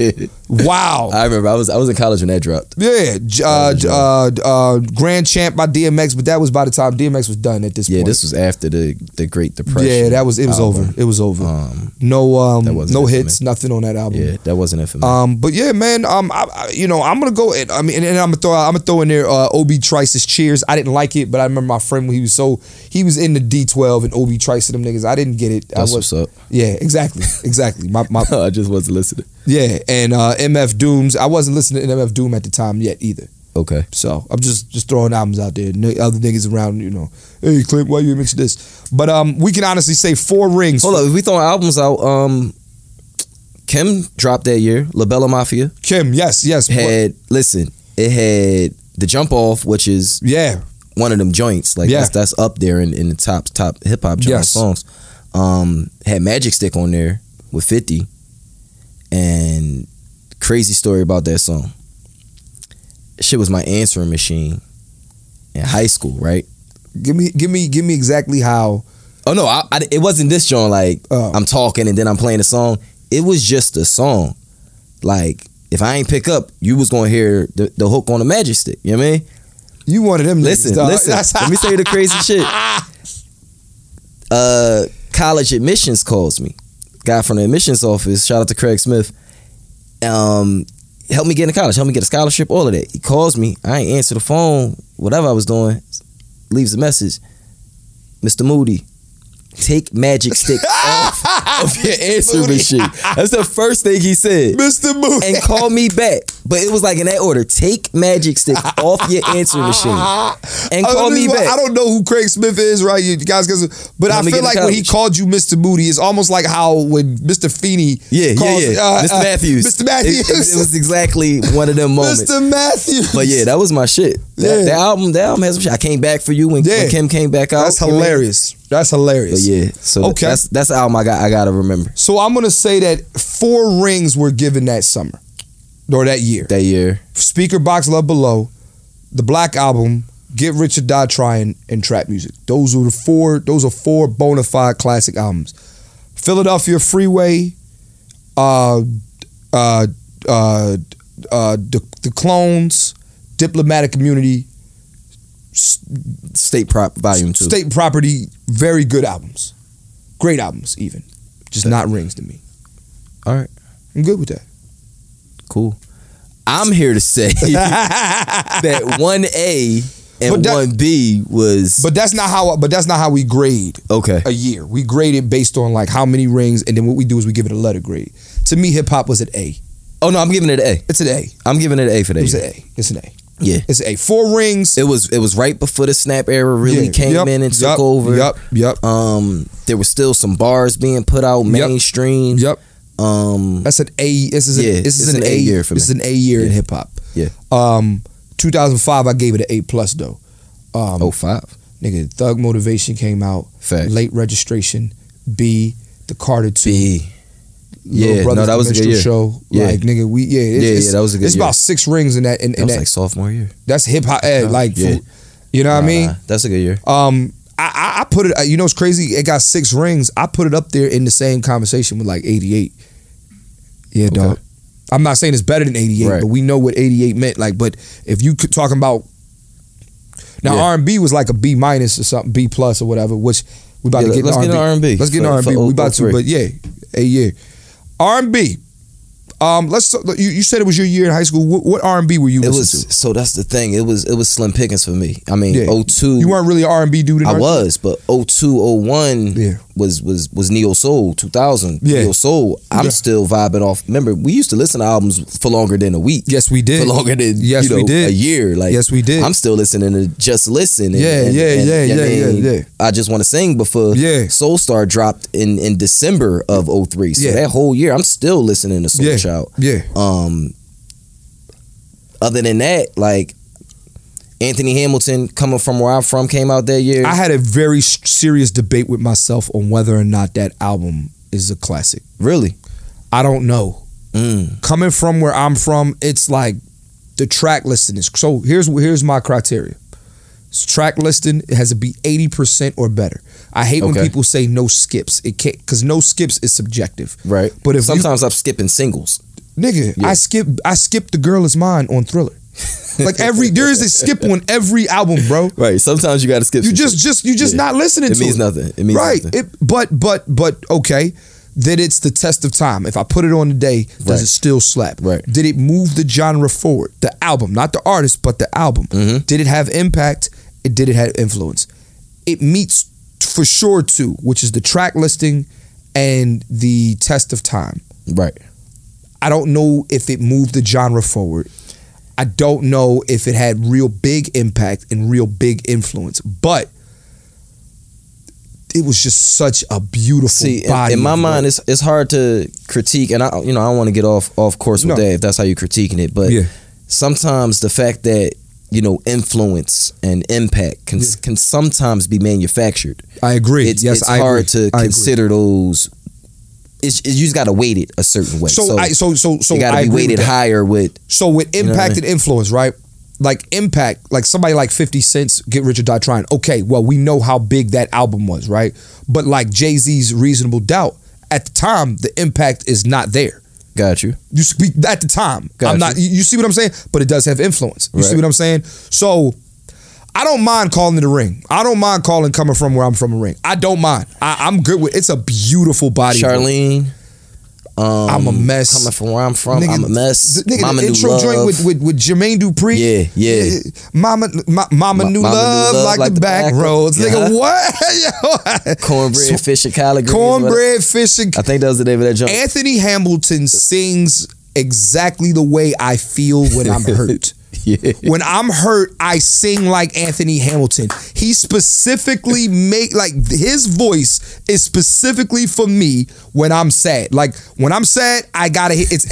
[SPEAKER 3] Wow.
[SPEAKER 4] [laughs] I remember. I was I was in college when that dropped.
[SPEAKER 3] Yeah. J- Uh, j- uh, uh, Grand Champ by DMX, but that was by the time DMX was done at this
[SPEAKER 4] Yeah,
[SPEAKER 3] point.
[SPEAKER 4] this was after the the Great Depression.
[SPEAKER 3] yeah, that was it was
[SPEAKER 4] album.
[SPEAKER 3] over. It was over.
[SPEAKER 4] Um,
[SPEAKER 3] no um
[SPEAKER 4] that wasn't
[SPEAKER 3] no
[SPEAKER 4] it for
[SPEAKER 3] hits, nothing on that album.
[SPEAKER 4] yeah, that wasn't it for me.
[SPEAKER 3] Um, but yeah, man. Um, I, I, you know, I'm gonna go. And, I mean, and, I'm gonna throw. I'm gonna throw in there. Uh, Ob Trice's Cheers. I didn't like it, but I remember my friend when he was so he was in the D12 and Ob Trice and them niggas. I didn't get it. I
[SPEAKER 4] That's
[SPEAKER 3] was.
[SPEAKER 4] what's up.
[SPEAKER 3] Yeah,
[SPEAKER 4] [laughs]
[SPEAKER 3] exactly, exactly. My, my
[SPEAKER 4] I just wasn't listening.
[SPEAKER 3] yeah, and uh, MF Dooms. I wasn't listening to MF Doom at the time yet either.
[SPEAKER 4] Okay.
[SPEAKER 3] So I'm just just throwing albums out there. N- Other niggas around, you know. Hey, Clint, why you mention this? But um, we can honestly say four rings.
[SPEAKER 4] Hold up, if we throwing albums out, um, Kim dropped that year. La Bella Mafia
[SPEAKER 3] Kim. Yes, yes.
[SPEAKER 4] had listen. It had the jump off, which is
[SPEAKER 3] yeah,
[SPEAKER 4] one of them joints. Like
[SPEAKER 3] Yeah.
[SPEAKER 4] that's that's up there in, in the top top hip hop genre
[SPEAKER 3] Yes.
[SPEAKER 4] songs. Um, had Magic Stick on there with Fifty, and crazy story about that song. Shit was my answering machine in high school, right?
[SPEAKER 3] give me, give me, give me exactly how.
[SPEAKER 4] Oh no, I, I- it wasn't this joint. Like
[SPEAKER 3] Oh.
[SPEAKER 4] I'm talking and then I'm playing a song. It was just a song. Like if I ain't pick up, you was gonna hear the, the hook on the magic stick. You know what I mean?
[SPEAKER 3] You one of them.
[SPEAKER 4] Listen,
[SPEAKER 3] niggas, dog.
[SPEAKER 4] listen.
[SPEAKER 3] That's-
[SPEAKER 4] Let me tell you the
[SPEAKER 3] [laughs]
[SPEAKER 4] crazy shit. Uh, college admissions calls me. Guy from the admissions office. Shout out to Craig Smith. Um, help me get into college. Help me get a scholarship. All of that. He calls me. I ain't answer the phone. Whatever I was doing, leaves a message. Mr. Moody, take
[SPEAKER 3] [laughs]
[SPEAKER 4] magic stick off of your answering
[SPEAKER 3] Moody. [laughs]
[SPEAKER 4] machine. That's the first thing he said.
[SPEAKER 3] Mr. Moody.
[SPEAKER 4] [laughs] And call me back. But it was like in that order: take Magic Stick off your
[SPEAKER 3] [laughs]
[SPEAKER 4] answer machine and
[SPEAKER 3] I
[SPEAKER 4] call
[SPEAKER 3] don't
[SPEAKER 4] me
[SPEAKER 3] even-
[SPEAKER 4] back.
[SPEAKER 3] I don't know who Craig Smith is, right? You guys, cause, but
[SPEAKER 4] Let
[SPEAKER 3] I
[SPEAKER 4] me
[SPEAKER 3] feel
[SPEAKER 4] get
[SPEAKER 3] like
[SPEAKER 4] in
[SPEAKER 3] when he
[SPEAKER 4] college.
[SPEAKER 3] called you Mr. Moody, it's almost like how when Mr. Feeney
[SPEAKER 4] yeah, yeah,
[SPEAKER 3] calls,
[SPEAKER 4] yeah.
[SPEAKER 3] uh,
[SPEAKER 4] Mr.
[SPEAKER 3] uh,
[SPEAKER 4] Matthews.
[SPEAKER 3] Mr.
[SPEAKER 4] It-
[SPEAKER 3] Matthews.
[SPEAKER 4] It,
[SPEAKER 3] [laughs]
[SPEAKER 4] it was exactly one of them moments.
[SPEAKER 3] Mr. Matthews.
[SPEAKER 4] But yeah, that was my shit. That,
[SPEAKER 3] Yeah.
[SPEAKER 4] that album, that album has some shit. I came back for you when,
[SPEAKER 3] Yeah.
[SPEAKER 4] when Kim came back out.
[SPEAKER 3] that's
[SPEAKER 4] You know?
[SPEAKER 3] hilarious. That's
[SPEAKER 4] But
[SPEAKER 3] hilarious.
[SPEAKER 4] yeah, so
[SPEAKER 3] Okay.
[SPEAKER 4] okay. that's that's the album I got. I gotta remember
[SPEAKER 3] So I'm gonna say that four rings were given that summer or that year.
[SPEAKER 4] that year.
[SPEAKER 3] Speaker Box Love Below, the Black Album, Get Rich or Die Trying, and Trap Music. Those were the four. Those are four bona fide classic albums. Philadelphia Freeway, uh, uh, uh, uh, the, the Clones, Diplomatic Immunity,
[SPEAKER 4] State Prop Volume Two.
[SPEAKER 3] State Property. Very good albums, great albums even. Just not rings to me.
[SPEAKER 4] All right.
[SPEAKER 3] I'm good with that.
[SPEAKER 4] Cool. I'm here to say
[SPEAKER 3] [laughs]
[SPEAKER 4] that one A
[SPEAKER 3] But
[SPEAKER 4] and
[SPEAKER 3] that-
[SPEAKER 4] one B was
[SPEAKER 3] But that's not how. But that's not how we grade.
[SPEAKER 4] okay.
[SPEAKER 3] a year. We grade it based on like how many rings, and then what we do is we give it a letter grade. To me, hip hop was an A.
[SPEAKER 4] Oh no, I'm giving it an A.
[SPEAKER 3] It's an A.
[SPEAKER 4] I'm giving it an A for that.
[SPEAKER 3] It's an
[SPEAKER 4] year.
[SPEAKER 3] A. It's an A.
[SPEAKER 4] Yeah.
[SPEAKER 3] It's an A. Four rings.
[SPEAKER 4] It was it was right before the snap era really
[SPEAKER 3] Yeah.
[SPEAKER 4] came
[SPEAKER 3] Yup,
[SPEAKER 4] in and took
[SPEAKER 3] yup,
[SPEAKER 4] over.
[SPEAKER 3] Yup. Yup.
[SPEAKER 4] Um, there was still some bars being put out
[SPEAKER 3] Yup.
[SPEAKER 4] mainstream.
[SPEAKER 3] Yup.
[SPEAKER 4] Um,
[SPEAKER 3] That's an A. This is an,
[SPEAKER 4] Yeah,
[SPEAKER 3] this is
[SPEAKER 4] it's
[SPEAKER 3] an, A year for me. This is an A year in
[SPEAKER 4] Yeah.
[SPEAKER 3] hip hop.
[SPEAKER 4] Yeah.
[SPEAKER 3] Um, 2005, I gave it an A plus though. Um,
[SPEAKER 4] oh five.
[SPEAKER 3] nigga, Thug Motivation came out.
[SPEAKER 4] Fact.
[SPEAKER 3] Late registration. B. The Carter Two.
[SPEAKER 4] B.
[SPEAKER 3] Little
[SPEAKER 4] Yeah,
[SPEAKER 3] Brothers
[SPEAKER 4] no, that
[SPEAKER 3] the
[SPEAKER 4] was a good
[SPEAKER 3] Minstrel
[SPEAKER 4] year.
[SPEAKER 3] Show.
[SPEAKER 4] Yeah.
[SPEAKER 3] Like nigga, we yeah. It's,
[SPEAKER 4] Yeah, yeah,
[SPEAKER 3] it's-
[SPEAKER 4] that was a good
[SPEAKER 3] It's
[SPEAKER 4] year.
[SPEAKER 3] about six rings in that. In, in
[SPEAKER 4] That was
[SPEAKER 3] that
[SPEAKER 4] like sophomore year.
[SPEAKER 3] That's hip hop, eh, like,
[SPEAKER 4] yeah.
[SPEAKER 3] for- you know what I
[SPEAKER 4] Nah,
[SPEAKER 3] mean?
[SPEAKER 4] nah, that's a good year.
[SPEAKER 3] Um, I, I, I put it. You know, it's crazy. It got six rings. I put it up there in the same conversation with like '88. Yeah,
[SPEAKER 4] Okay.
[SPEAKER 3] dog. I'm not saying it's better than '88,
[SPEAKER 4] Right.
[SPEAKER 3] but we know what '88 meant. Like, but if you could talking about now
[SPEAKER 4] Yeah.
[SPEAKER 3] R&B was like a B minus or something, B plus or whatever. Which we about
[SPEAKER 4] Yeah,
[SPEAKER 3] to get
[SPEAKER 4] let's
[SPEAKER 3] in
[SPEAKER 4] get in
[SPEAKER 3] R&B.
[SPEAKER 4] R&B.
[SPEAKER 3] Let's get in
[SPEAKER 4] For-
[SPEAKER 3] R&B.
[SPEAKER 4] for
[SPEAKER 3] We about to,
[SPEAKER 4] 03.
[SPEAKER 3] but yeah, a year. R&B. Um, let's. You, you said it was your year in high school. What, what R&B were you
[SPEAKER 4] It
[SPEAKER 3] listening
[SPEAKER 4] was
[SPEAKER 3] to?
[SPEAKER 4] so that's the thing. It was it was slim pickings for me. I mean,
[SPEAKER 3] Yeah.
[SPEAKER 4] oh two.
[SPEAKER 3] You weren't really an R&B dude. In
[SPEAKER 4] I
[SPEAKER 3] R&B?
[SPEAKER 4] was, but 02, 01
[SPEAKER 3] Yeah.
[SPEAKER 4] was was was neo soul. Two thousand
[SPEAKER 3] Yeah.
[SPEAKER 4] neo soul. I'm
[SPEAKER 3] Yeah.
[SPEAKER 4] still vibing off. Remember, we used to listen to albums for longer than a week.
[SPEAKER 3] Yes, we did.
[SPEAKER 4] for longer than
[SPEAKER 3] Yes,
[SPEAKER 4] you know,
[SPEAKER 3] we did.
[SPEAKER 4] a year. Like
[SPEAKER 3] Yes, we did.
[SPEAKER 4] I'm still listening to Just Listen. And,
[SPEAKER 3] Yeah,
[SPEAKER 4] and-
[SPEAKER 3] yeah,
[SPEAKER 4] and-
[SPEAKER 3] yeah,
[SPEAKER 4] you know
[SPEAKER 3] yeah,
[SPEAKER 4] what I mean?
[SPEAKER 3] yeah, yeah.
[SPEAKER 4] I just want to sing before
[SPEAKER 3] Yeah.
[SPEAKER 4] Soul Star dropped in in December of 03. So
[SPEAKER 3] Yeah.
[SPEAKER 4] that whole year, I'm still listening to Soul
[SPEAKER 3] Yeah.
[SPEAKER 4] Child.
[SPEAKER 3] Yeah.
[SPEAKER 4] Um. Other than that, like Anthony Hamilton, coming from where I'm from, came out that year.
[SPEAKER 3] I had a very s- serious debate with myself on whether or not that album is a classic.
[SPEAKER 4] really.
[SPEAKER 3] I don't know.
[SPEAKER 4] Mm.
[SPEAKER 3] Coming from where I'm from, it's like the track listing is. So here's here's my criteria. It's track listing it has to be 80% or better. I hate when
[SPEAKER 4] Okay.
[SPEAKER 3] people say no skips. It can't cuz no skips is subjective.
[SPEAKER 4] Right.
[SPEAKER 3] But if you
[SPEAKER 4] Sometimes I'm skipping singles.
[SPEAKER 3] Nigga,
[SPEAKER 4] Yeah.
[SPEAKER 3] I skip I skip the girl is mine on Thriller. like every there is a skip on every album,
[SPEAKER 4] [laughs]
[SPEAKER 3] bro.
[SPEAKER 4] Right. Sometimes you got to skip.
[SPEAKER 3] You
[SPEAKER 4] some
[SPEAKER 3] just
[SPEAKER 4] shit.
[SPEAKER 3] just you just
[SPEAKER 4] Yeah.
[SPEAKER 3] not listening
[SPEAKER 4] It
[SPEAKER 3] to
[SPEAKER 4] means
[SPEAKER 3] it.
[SPEAKER 4] nothing. It means
[SPEAKER 3] right.
[SPEAKER 4] nothing.
[SPEAKER 3] It, but but but okay. That it's the test of time. If I put it on today, does
[SPEAKER 4] Right.
[SPEAKER 3] it still slap?
[SPEAKER 4] Right.
[SPEAKER 3] Did it move the genre forward? The album, not the artist, but the album.
[SPEAKER 4] Mhm.
[SPEAKER 3] Did it have impact? It did it have influence? It meets for sure two, which is the track listing and the test of time.
[SPEAKER 4] right.
[SPEAKER 3] I don't know if it moved the genre forward. I don't know if it had real big impact and real big influence, but it was just such a beautiful
[SPEAKER 4] See, in,
[SPEAKER 3] body.
[SPEAKER 4] in my
[SPEAKER 3] of
[SPEAKER 4] mind,
[SPEAKER 3] work.
[SPEAKER 4] it's it's hard to critique, and I you know I don't want to get off off course with
[SPEAKER 3] No.
[SPEAKER 4] that if that's how you're critiquing it, but
[SPEAKER 3] Yeah.
[SPEAKER 4] sometimes the fact that you know influence and impact can can sometimes be manufactured.
[SPEAKER 3] I agree.
[SPEAKER 4] It's
[SPEAKER 3] yes,
[SPEAKER 4] it's
[SPEAKER 3] I
[SPEAKER 4] hard
[SPEAKER 3] agree.
[SPEAKER 4] to
[SPEAKER 3] I agree.
[SPEAKER 4] consider those. It's, you just got to weight it a certain way.
[SPEAKER 3] So, I so so so
[SPEAKER 4] you got
[SPEAKER 3] I
[SPEAKER 4] to be
[SPEAKER 3] agree with
[SPEAKER 4] weighted
[SPEAKER 3] that.
[SPEAKER 4] higher with
[SPEAKER 3] So with
[SPEAKER 4] know what I
[SPEAKER 3] impact
[SPEAKER 4] mean?
[SPEAKER 3] and influence, right? Like impact, like somebody like 50 Cent's Get Rich or Die Trying. Okay, well, we know how big that album was, right? But like Jay-Z's Reasonable Doubt, at the time, the impact is not there.
[SPEAKER 4] got you.
[SPEAKER 3] You speak at the time.
[SPEAKER 4] Gotcha.
[SPEAKER 3] I'm not. You, you see what I'm saying? But it does have influence. You see
[SPEAKER 4] Right.
[SPEAKER 3] what I'm saying? So I don't mind calling it a ring. I don't mind calling coming from where I'm from a ring. I don't mind. I, I'm good with. It's a beautiful body. of work.
[SPEAKER 4] Charlene. Um,
[SPEAKER 3] I'm a mess.
[SPEAKER 4] Coming from where I'm from,
[SPEAKER 3] Nigga,
[SPEAKER 4] I'm a mess.
[SPEAKER 3] The, nigga,
[SPEAKER 4] Mama
[SPEAKER 3] the
[SPEAKER 4] New
[SPEAKER 3] intro
[SPEAKER 4] Love.
[SPEAKER 3] joint with, with with Jermaine Dupri.
[SPEAKER 4] Yeah, yeah.
[SPEAKER 3] Mama, ma, mama,
[SPEAKER 4] Ma-
[SPEAKER 3] knew
[SPEAKER 4] Mama Knew
[SPEAKER 3] love,
[SPEAKER 4] Love
[SPEAKER 3] like, the back, roads.
[SPEAKER 4] Yeah.
[SPEAKER 3] Nigga, what? [laughs] Yo.
[SPEAKER 4] cornbread,
[SPEAKER 3] So-
[SPEAKER 4] fish and collard greens.
[SPEAKER 3] cornbread, fish, and
[SPEAKER 4] I think that was the name of that joint.
[SPEAKER 3] Anthony Hamilton sings exactly the way I feel when
[SPEAKER 4] [laughs]
[SPEAKER 3] I'm hurt.
[SPEAKER 4] Yeah.
[SPEAKER 3] When I'm hurt, I sing like Anthony Hamilton. He specifically make like his voice is specifically for me when I'm sad. Like when I'm sad, I gotta hit. It's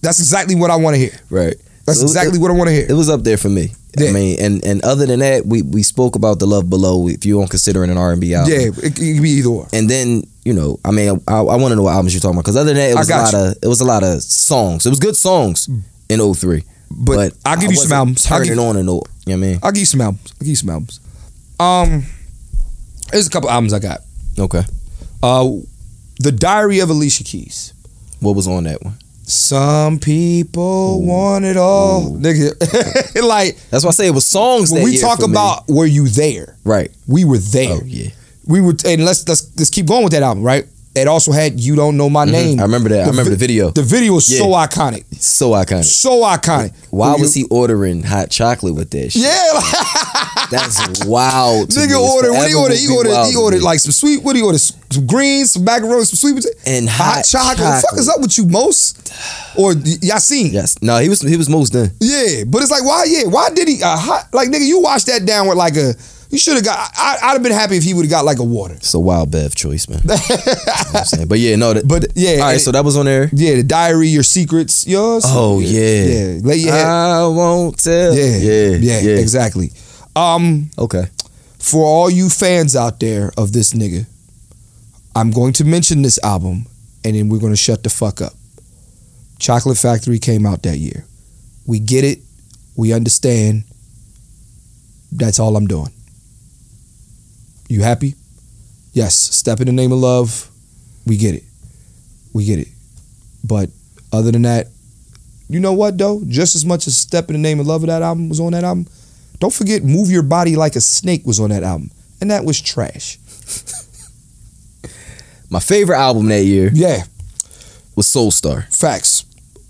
[SPEAKER 3] that's exactly what I want to hear.
[SPEAKER 4] Right.
[SPEAKER 3] That's
[SPEAKER 4] So it-
[SPEAKER 3] exactly what I want to hear.
[SPEAKER 4] It was up there for me. I
[SPEAKER 3] Yeah.
[SPEAKER 4] mean, and and other than that, we we spoke about the love below. If you don't consider it an R and B album,
[SPEAKER 3] yeah, it, it can be either or.
[SPEAKER 4] And then you know, I mean, I, I want to know what albums you're talking about because other than that, it
[SPEAKER 3] I
[SPEAKER 4] was a
[SPEAKER 3] got Mm.
[SPEAKER 4] lot of it was a lot of songs. It was good songs in 03.
[SPEAKER 3] But, I'll give you some
[SPEAKER 4] wasn't
[SPEAKER 3] albums. I'll
[SPEAKER 4] Turning
[SPEAKER 3] give,
[SPEAKER 4] on and over. You know what I mean?
[SPEAKER 3] I'll give you some albums. I'll give you some albums. Um, there's a couple albums I got.
[SPEAKER 4] Okay.
[SPEAKER 3] Uh, The Diary of Alicia Keys.
[SPEAKER 4] What was on that one?
[SPEAKER 3] Some people want it all, nigga. [laughs] like
[SPEAKER 4] That's why I say it was songs.
[SPEAKER 3] when
[SPEAKER 4] that
[SPEAKER 3] we
[SPEAKER 4] year
[SPEAKER 3] talk
[SPEAKER 4] for me.
[SPEAKER 3] about, were you there?
[SPEAKER 4] right?
[SPEAKER 3] We were there.
[SPEAKER 4] Oh yeah,
[SPEAKER 3] We were, and let's let's let's keep going with that album, right? It also had "You Don't Know My Name."
[SPEAKER 4] Mm-hmm. I remember that. I remember
[SPEAKER 3] vi-
[SPEAKER 4] the video.
[SPEAKER 3] The video was so iconic,
[SPEAKER 4] so iconic.
[SPEAKER 3] so iconic.
[SPEAKER 4] Why
[SPEAKER 3] Were
[SPEAKER 4] was
[SPEAKER 3] you-
[SPEAKER 4] he ordering hot chocolate with that shit?
[SPEAKER 3] [laughs]
[SPEAKER 4] [laughs]
[SPEAKER 3] Yeah, like,
[SPEAKER 4] That's wild. to me.
[SPEAKER 3] nigga
[SPEAKER 4] It's
[SPEAKER 3] ordered. What he
[SPEAKER 4] forever
[SPEAKER 3] ordered?
[SPEAKER 4] will
[SPEAKER 3] He
[SPEAKER 4] be
[SPEAKER 3] ordered.
[SPEAKER 4] wild
[SPEAKER 3] He
[SPEAKER 4] to me.
[SPEAKER 3] ordered like some sweet. What he ordered? Some greens, some macaroni, some sweet potato,
[SPEAKER 4] And hot
[SPEAKER 3] chocolate. Fuck is
[SPEAKER 4] chocolate.
[SPEAKER 3] up with you, most or Yasin?
[SPEAKER 4] Yes. No, he was he was most done.
[SPEAKER 3] Yeah, but it's like why? Yeah, why did he? Uh, hot, like nigga, you wash that down with like a. You should have got. I, I'd have been happy if he would have got like a water.
[SPEAKER 4] It's a wild Bev choice,
[SPEAKER 3] [laughs]
[SPEAKER 4] man. You know what I'm saying? But yeah, no. That,
[SPEAKER 3] But yeah,
[SPEAKER 4] all right.
[SPEAKER 3] it-
[SPEAKER 4] so that was on there.
[SPEAKER 3] Yeah, the diary, your secrets, yours.
[SPEAKER 4] Oh yeah.
[SPEAKER 3] yeah. Lay your head.
[SPEAKER 4] I won't tell.
[SPEAKER 3] yeah,
[SPEAKER 4] Yeah.
[SPEAKER 3] yeah, exactly. Um,
[SPEAKER 4] Okay.
[SPEAKER 3] for all you fans out there of this nigga, I'm going to mention this album, and then we're going to shut the fuck up. Chocolate Factory came out that year. We get it. We understand. That's all I'm doing. You happy? Yes. Step in the name of love. We get it. We get it. But other than that, you know what though? Just as much as Step in the Name of Love of that album was on that album, don't forget Move Your Body Like a Snake was on that album. And that was trash.
[SPEAKER 4] My favorite album that year
[SPEAKER 3] Yeah,
[SPEAKER 4] was Soul Star.
[SPEAKER 3] facts.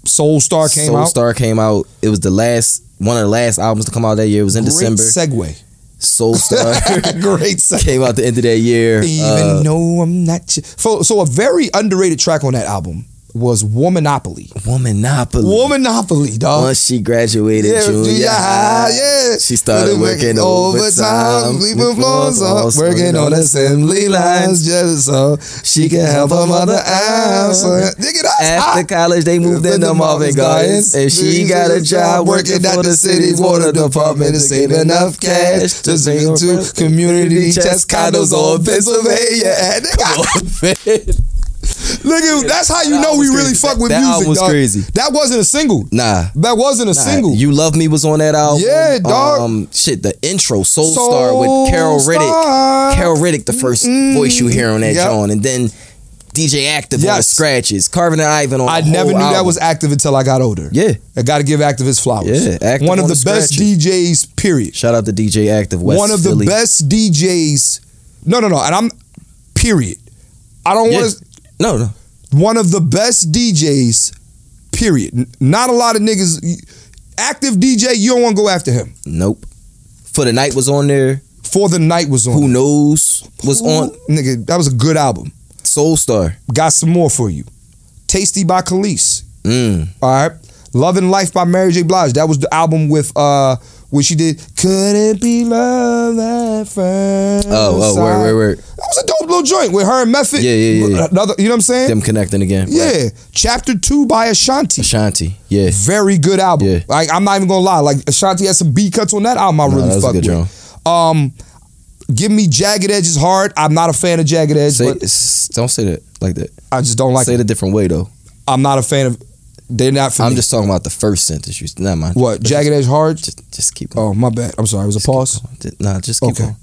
[SPEAKER 3] Soul Star came
[SPEAKER 4] Soul
[SPEAKER 3] out.
[SPEAKER 4] Star came out. It was the last one of the last albums to come out that year. It was in
[SPEAKER 3] Great [laughs]
[SPEAKER 4] December.
[SPEAKER 3] segue.
[SPEAKER 4] Soul Star
[SPEAKER 3] [laughs] Great segue.
[SPEAKER 4] [laughs] came out the end of that year.
[SPEAKER 3] Even
[SPEAKER 4] Uh,
[SPEAKER 3] though I'm not. Your, so, so a very underrated track on that album was Womanopoly.
[SPEAKER 4] Womanopoly.
[SPEAKER 3] Womanopoly, dog.
[SPEAKER 4] Once she graduated
[SPEAKER 3] Yeah,
[SPEAKER 4] Oh. junior
[SPEAKER 3] junior
[SPEAKER 4] high,
[SPEAKER 3] high, yeah.
[SPEAKER 4] she started
[SPEAKER 3] Really
[SPEAKER 4] working
[SPEAKER 3] working
[SPEAKER 4] overtime,
[SPEAKER 3] overtime,
[SPEAKER 4] sweeping floors up,
[SPEAKER 3] working on assembly lines just so she can help her mother out. So, Nigga, that's hot.
[SPEAKER 4] After college, they moved into Marvin Gardens, and she got a job working at the city's water department to save enough cash to bring to community chest condos on Pennsylvania.
[SPEAKER 3] And nigga,
[SPEAKER 4] Avenue.
[SPEAKER 3] [laughs] nigga, that's how you
[SPEAKER 4] That
[SPEAKER 3] know we
[SPEAKER 4] album was
[SPEAKER 3] really
[SPEAKER 4] crazy.
[SPEAKER 3] fuck with
[SPEAKER 4] That
[SPEAKER 3] music.
[SPEAKER 4] album was
[SPEAKER 3] dog.
[SPEAKER 4] crazy.
[SPEAKER 3] That wasn't a single.
[SPEAKER 4] nah.
[SPEAKER 3] That wasn't a
[SPEAKER 4] Nah,
[SPEAKER 3] single.
[SPEAKER 4] You Love Me was on that album.
[SPEAKER 3] Yeah, dog.
[SPEAKER 4] Um, shit, the intro, Soul, Star with Carol
[SPEAKER 3] Soul
[SPEAKER 4] Riddick.
[SPEAKER 3] Star.
[SPEAKER 4] Carol Riddick, the 1st
[SPEAKER 3] Mm,
[SPEAKER 4] voice you hear on that
[SPEAKER 3] yep.
[SPEAKER 4] joint, and then DJ Active on the
[SPEAKER 3] Yes.
[SPEAKER 4] scratches, Carvin and Ivan on.
[SPEAKER 3] I
[SPEAKER 4] the
[SPEAKER 3] never
[SPEAKER 4] whole
[SPEAKER 3] knew that
[SPEAKER 4] album.
[SPEAKER 3] was active until I got older.
[SPEAKER 4] Yeah,
[SPEAKER 3] I got to give Active his flowers.
[SPEAKER 4] Yeah, Active
[SPEAKER 3] one of
[SPEAKER 4] on
[SPEAKER 3] the,
[SPEAKER 4] the
[SPEAKER 3] best
[SPEAKER 4] scratches.
[SPEAKER 3] DJs. Period.
[SPEAKER 4] shout out to DJ Active West
[SPEAKER 3] one of the
[SPEAKER 4] Philly.
[SPEAKER 3] best DJs. No, no, no. And I'm period. I don't
[SPEAKER 4] Yeah.
[SPEAKER 3] want to.
[SPEAKER 4] No, no,
[SPEAKER 3] One of the best DJs. Period. N- Not a lot of niggas. Active DJ, you don't want to go after him.
[SPEAKER 4] nope. For the night was on there.
[SPEAKER 3] For the night was on.
[SPEAKER 4] Who knows was on
[SPEAKER 3] Nigga, that was a good album.
[SPEAKER 4] Soul Star.
[SPEAKER 3] Got some more for you. Tasty by Khalees.
[SPEAKER 4] Mm.
[SPEAKER 3] All right. Love and Life by Mary J. Blige. That was the album with uh when she did Could It Be Love at First
[SPEAKER 4] Oh, oh, word, word, word.
[SPEAKER 3] That was a dope little joint with her and Method.
[SPEAKER 4] Yeah, yeah, yeah.
[SPEAKER 3] Another, you know what I'm saying?
[SPEAKER 4] Them connecting again.
[SPEAKER 3] yeah. Chapter two by Ashanti.
[SPEAKER 4] Ashanti. Yeah.
[SPEAKER 3] Very good album.
[SPEAKER 4] Yeah.
[SPEAKER 3] Like I'm not even gonna lie. Like Ashanti had some B cuts on that album I
[SPEAKER 4] No, that
[SPEAKER 3] really
[SPEAKER 4] was a
[SPEAKER 3] fuck
[SPEAKER 4] good
[SPEAKER 3] with.
[SPEAKER 4] joint.
[SPEAKER 3] Um Give me Jagged Edges hard. I'm not a fan of Jagged Edge,
[SPEAKER 4] Say,
[SPEAKER 3] but
[SPEAKER 4] s- don't say that like that.
[SPEAKER 3] I just don't like
[SPEAKER 4] say it a
[SPEAKER 3] it.
[SPEAKER 4] different way though.
[SPEAKER 3] I'm not a fan of they're not for
[SPEAKER 4] I'm
[SPEAKER 3] me.
[SPEAKER 4] just talking about the first sentence. You never mind.
[SPEAKER 3] what, Jagged Edge Hard?
[SPEAKER 4] Just, just keep going.
[SPEAKER 3] Oh, my bad. I'm sorry. It was a
[SPEAKER 4] Just keep
[SPEAKER 3] pause.
[SPEAKER 4] going. Just- Nah, just keep
[SPEAKER 3] Okay.
[SPEAKER 4] going.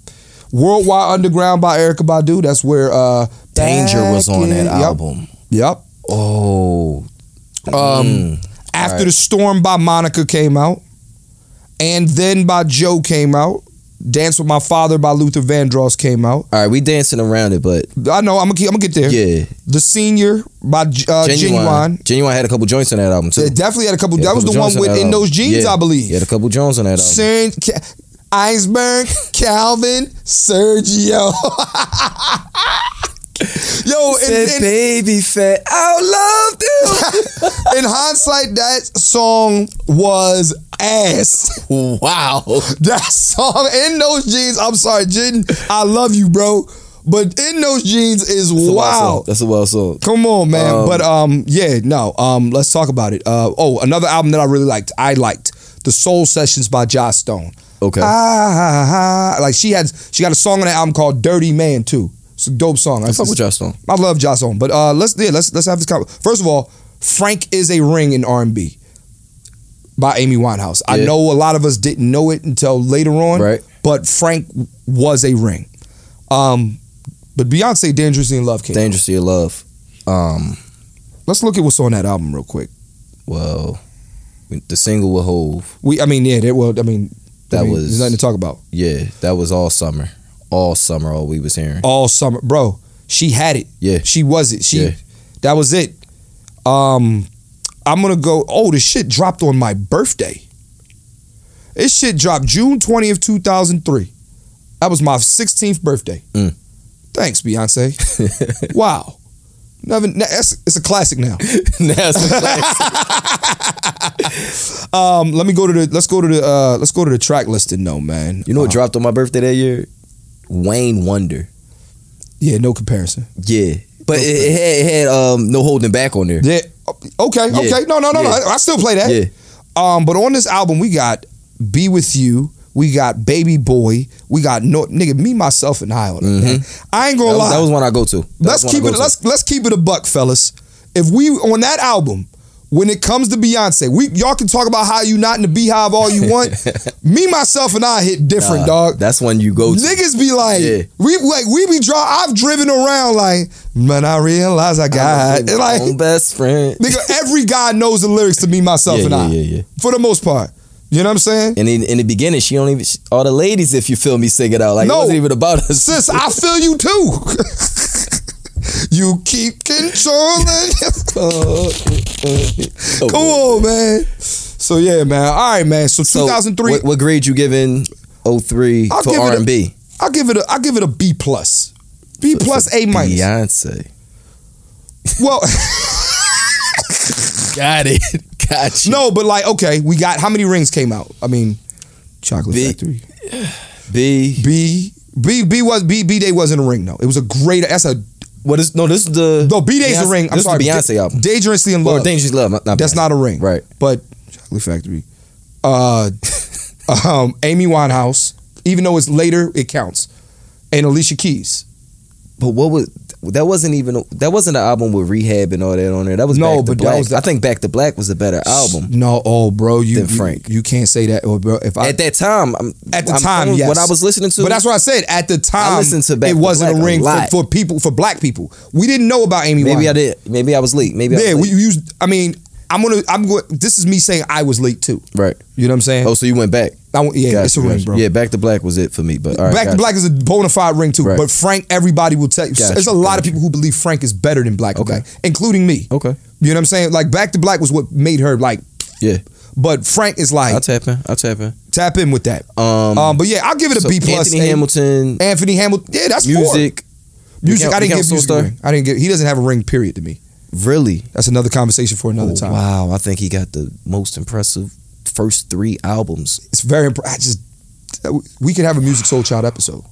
[SPEAKER 3] Worldwide Underground by Erica Badu. That's where uh
[SPEAKER 4] Danger was
[SPEAKER 3] back
[SPEAKER 4] on
[SPEAKER 3] in-
[SPEAKER 4] that
[SPEAKER 3] yep,
[SPEAKER 4] album.
[SPEAKER 3] Yep.
[SPEAKER 4] Oh,
[SPEAKER 3] Um,
[SPEAKER 4] Mm.
[SPEAKER 3] After
[SPEAKER 4] Alright.
[SPEAKER 3] the Storm by Monica came out, and then by Joe came out. Dance with My Father by Luther Vandross came out.
[SPEAKER 4] all right. We dancing around it, but
[SPEAKER 3] I know I'm gonna keep, I'm gonna get there.
[SPEAKER 4] yeah,
[SPEAKER 3] The Senior by G- uh, Genuine.
[SPEAKER 4] genuine. Genuine had a couple joints on that album too.
[SPEAKER 3] It definitely had a couple.
[SPEAKER 4] He had
[SPEAKER 3] that
[SPEAKER 4] a
[SPEAKER 3] was
[SPEAKER 4] couple
[SPEAKER 3] the one
[SPEAKER 4] joints on
[SPEAKER 3] with
[SPEAKER 4] that
[SPEAKER 3] In
[SPEAKER 4] album.
[SPEAKER 3] Those Jeans,
[SPEAKER 4] Yeah,
[SPEAKER 3] I believe.
[SPEAKER 4] He had a couple joints on that album.
[SPEAKER 3] Sir, Ca- Iceberg, Calvin, Sergio. [laughs] Yo, and,
[SPEAKER 4] Said
[SPEAKER 3] and-
[SPEAKER 4] baby fat, I love
[SPEAKER 3] in hindsight, that song was ass.
[SPEAKER 4] them. wow.
[SPEAKER 3] That song in those jeans. I'm sorry, Jin. I love you, bro. But in those jeans is wow.
[SPEAKER 4] That's a wild song.
[SPEAKER 3] Come on, man.
[SPEAKER 4] Um,
[SPEAKER 3] but um, yeah, no. Um, let's talk about it. Uh, oh, another album that I really liked. I liked the Soul Sessions by Joss Stone.
[SPEAKER 4] Okay.
[SPEAKER 3] Ah, like she had, she got a song on that album called "Dirty Man" too. It's a dope song.
[SPEAKER 4] I fuck with Josh Stone.
[SPEAKER 3] I love Joss Stone, but uh, let's yeah, let's let's have this conversation. First of all, Frank is a ring in R and B by Amy Winehouse. I
[SPEAKER 4] Yeah.
[SPEAKER 3] know a lot of us didn't know it until later on,
[SPEAKER 4] Right.
[SPEAKER 3] But Frank was a ring. Um, but Beyonce, "Dangerously in Love" came. out.
[SPEAKER 4] Dangerous to your love. Um,
[SPEAKER 3] Let's look at what's on that album real quick.
[SPEAKER 4] well, the single with Hove.
[SPEAKER 3] We, I mean, yeah, that, well, I mean,
[SPEAKER 4] That
[SPEAKER 3] I mean,
[SPEAKER 4] was-
[SPEAKER 3] there's nothing to talk about
[SPEAKER 4] Yeah, that was all summer. All summer, all we was hearing.
[SPEAKER 3] all summer, bro. She had it.
[SPEAKER 4] Yeah. [laughs]
[SPEAKER 3] she was it. She,
[SPEAKER 4] Yeah.
[SPEAKER 3] that was it. Um, I'm gonna go. Oh, this shit dropped on my birthday. This shit dropped June 20th, 2003. That was my 16th birthday.
[SPEAKER 4] Mm.
[SPEAKER 3] Thanks, Beyonce.
[SPEAKER 4] [laughs]
[SPEAKER 3] wow. Never, na- that's, it's a classic now. [laughs]
[SPEAKER 4] Now it's a classic.
[SPEAKER 3] Um, let me go to the let's go to the uh, let's go to the track listing though, man.
[SPEAKER 4] you know what
[SPEAKER 3] Uh,
[SPEAKER 4] dropped on my birthday that year? Wayne Wonder.
[SPEAKER 3] yeah, no comparison.
[SPEAKER 4] Yeah. But it, it had, it had um, no holding back on there.
[SPEAKER 3] Yeah. Okay.
[SPEAKER 4] Yeah.
[SPEAKER 3] Okay. No. No. No. No.
[SPEAKER 4] Yeah.
[SPEAKER 3] I, I still play that.
[SPEAKER 4] Yeah.
[SPEAKER 3] Um, but on this album, we got "Be with You," we got "Baby Boy," we got no nigga, me, myself, and I. On it, man. I ain't gonna
[SPEAKER 4] Mm-hmm. That was,
[SPEAKER 3] lie.
[SPEAKER 4] that was one I go to. That
[SPEAKER 3] let's
[SPEAKER 4] was one I
[SPEAKER 3] keep
[SPEAKER 4] go
[SPEAKER 3] it.
[SPEAKER 4] to.
[SPEAKER 3] Let's let's keep it a buck, fellas. If we on that album, when it comes to Beyonce, we y'all can talk about how you not in the beehive all you
[SPEAKER 4] [laughs]
[SPEAKER 3] want. me, myself, and I hit different,
[SPEAKER 4] Nah,
[SPEAKER 3] dog.
[SPEAKER 4] That's one you go to.
[SPEAKER 3] Niggas be like,
[SPEAKER 4] Yeah.
[SPEAKER 3] we like we be draw. I've driven around like, man. I realize I got [laughs]
[SPEAKER 4] I'm
[SPEAKER 3] like
[SPEAKER 4] my own best friend.
[SPEAKER 3] Nigga, every guy knows the lyrics to me, myself,
[SPEAKER 4] Yeah,
[SPEAKER 3] and
[SPEAKER 4] yeah,
[SPEAKER 3] I.
[SPEAKER 4] yeah, yeah.
[SPEAKER 3] For the most part. You know what I'm saying?
[SPEAKER 4] And in, in the beginning, she don't even she- all the ladies, if you feel me, sing it out. Like
[SPEAKER 3] No.
[SPEAKER 4] it wasn't even about us.
[SPEAKER 3] Sis, I feel you too. [laughs] you keep
[SPEAKER 4] [laughs]
[SPEAKER 3] controlling. Come on, man. So yeah, man. All right, man. So,
[SPEAKER 4] So,
[SPEAKER 3] 2003,
[SPEAKER 4] What, what grade you giving? 03
[SPEAKER 3] I'll
[SPEAKER 4] for
[SPEAKER 3] give it
[SPEAKER 4] R
[SPEAKER 3] a-
[SPEAKER 4] and B.
[SPEAKER 3] I'll give it a I'll give it a B plus. B plus A minus.
[SPEAKER 4] Beyonce.
[SPEAKER 3] Well, [laughs]
[SPEAKER 4] Got it. [laughs] Got you.
[SPEAKER 3] no, but like, okay, we got how many rings came out? I mean, Chocolate
[SPEAKER 4] B.
[SPEAKER 3] Factory.
[SPEAKER 4] B.
[SPEAKER 3] B B B was B B Day wasn't a ring, though. It was a great that's a
[SPEAKER 4] What is no? This is the
[SPEAKER 3] No, B Day's a
[SPEAKER 4] Beyonce-
[SPEAKER 3] ring. I'm
[SPEAKER 4] this
[SPEAKER 3] sorry,
[SPEAKER 4] Is the Beyonce album.
[SPEAKER 3] Dangerously in
[SPEAKER 4] Or
[SPEAKER 3] Love.
[SPEAKER 4] Dangerous Love. Not, not
[SPEAKER 3] That's
[SPEAKER 4] Beyonce.
[SPEAKER 3] not a ring,
[SPEAKER 4] Right.
[SPEAKER 3] But Chocolate Factory, uh, [laughs] um, Amy Winehouse. Even though it's later, it counts. And Alicia Keys.
[SPEAKER 4] But what was that? Wasn't even that wasn't an album with Rehab and all that on there. That was
[SPEAKER 3] No,
[SPEAKER 4] Back to
[SPEAKER 3] but that
[SPEAKER 4] Black.
[SPEAKER 3] was the-
[SPEAKER 4] I think Back to Black was a better album.
[SPEAKER 3] No, oh, bro, you
[SPEAKER 4] Than
[SPEAKER 3] you-
[SPEAKER 4] Frank.
[SPEAKER 3] You, can't say that, or bro. If I
[SPEAKER 4] At that time, I'm,
[SPEAKER 3] at the
[SPEAKER 4] I'm-
[SPEAKER 3] time, yes.
[SPEAKER 4] when I was listening to,
[SPEAKER 3] but that's what I said. At the time,
[SPEAKER 4] listened to Back
[SPEAKER 3] it
[SPEAKER 4] to
[SPEAKER 3] wasn't
[SPEAKER 4] Black
[SPEAKER 3] a
[SPEAKER 4] a
[SPEAKER 3] ring for,
[SPEAKER 4] lot.
[SPEAKER 3] for people for black people. We didn't know about Amy.
[SPEAKER 4] maybe I
[SPEAKER 3] Winehouse.
[SPEAKER 4] did. Maybe I was late. Maybe I
[SPEAKER 3] Yeah,
[SPEAKER 4] was
[SPEAKER 3] we
[SPEAKER 4] late.
[SPEAKER 3] used. I mean, I'm gonna. I'm going. This is me saying I was late too.
[SPEAKER 4] right.
[SPEAKER 3] You know what I'm saying?
[SPEAKER 4] Oh, so you went back?
[SPEAKER 3] I went- yeah,
[SPEAKER 4] Gotcha,
[SPEAKER 3] it's a ring,
[SPEAKER 4] gotcha.
[SPEAKER 3] bro.
[SPEAKER 4] Yeah, Back to Black was it for me. But all right,
[SPEAKER 3] Black
[SPEAKER 4] gotcha.
[SPEAKER 3] Black is a bona fide ring too,
[SPEAKER 4] Right.
[SPEAKER 3] but Frank, everybody will tell you.
[SPEAKER 4] Gotcha,
[SPEAKER 3] There's a lot of
[SPEAKER 4] gotcha.
[SPEAKER 3] people who believe Frank is better than Black to
[SPEAKER 4] Okay.
[SPEAKER 3] Black, including me.
[SPEAKER 4] Okay.
[SPEAKER 3] You know what I'm saying? Like Back to Black was what made her like,
[SPEAKER 4] Yeah,
[SPEAKER 3] but Frank is like
[SPEAKER 4] I'll tap in. I'll tap in.
[SPEAKER 3] tap in with that.
[SPEAKER 4] Um,
[SPEAKER 3] Um, but yeah, I'll give it a
[SPEAKER 4] so
[SPEAKER 3] B plus.
[SPEAKER 4] Anthony
[SPEAKER 3] A.
[SPEAKER 4] Hamilton,
[SPEAKER 3] Anthony Hamilton. Yeah, that's music.
[SPEAKER 4] music,
[SPEAKER 3] Four. Music.
[SPEAKER 4] count-
[SPEAKER 3] I didn't
[SPEAKER 4] we count
[SPEAKER 3] give music. a
[SPEAKER 4] Soulstar?
[SPEAKER 3] ring. I didn't get. He doesn't have a ring. Period to me.
[SPEAKER 4] really.
[SPEAKER 3] That's another conversation for another
[SPEAKER 4] Oh,
[SPEAKER 3] time.
[SPEAKER 4] Wow, I think he got the most impressive first three albums.
[SPEAKER 3] It's very. Imp- I just. We could have a music soul child episode.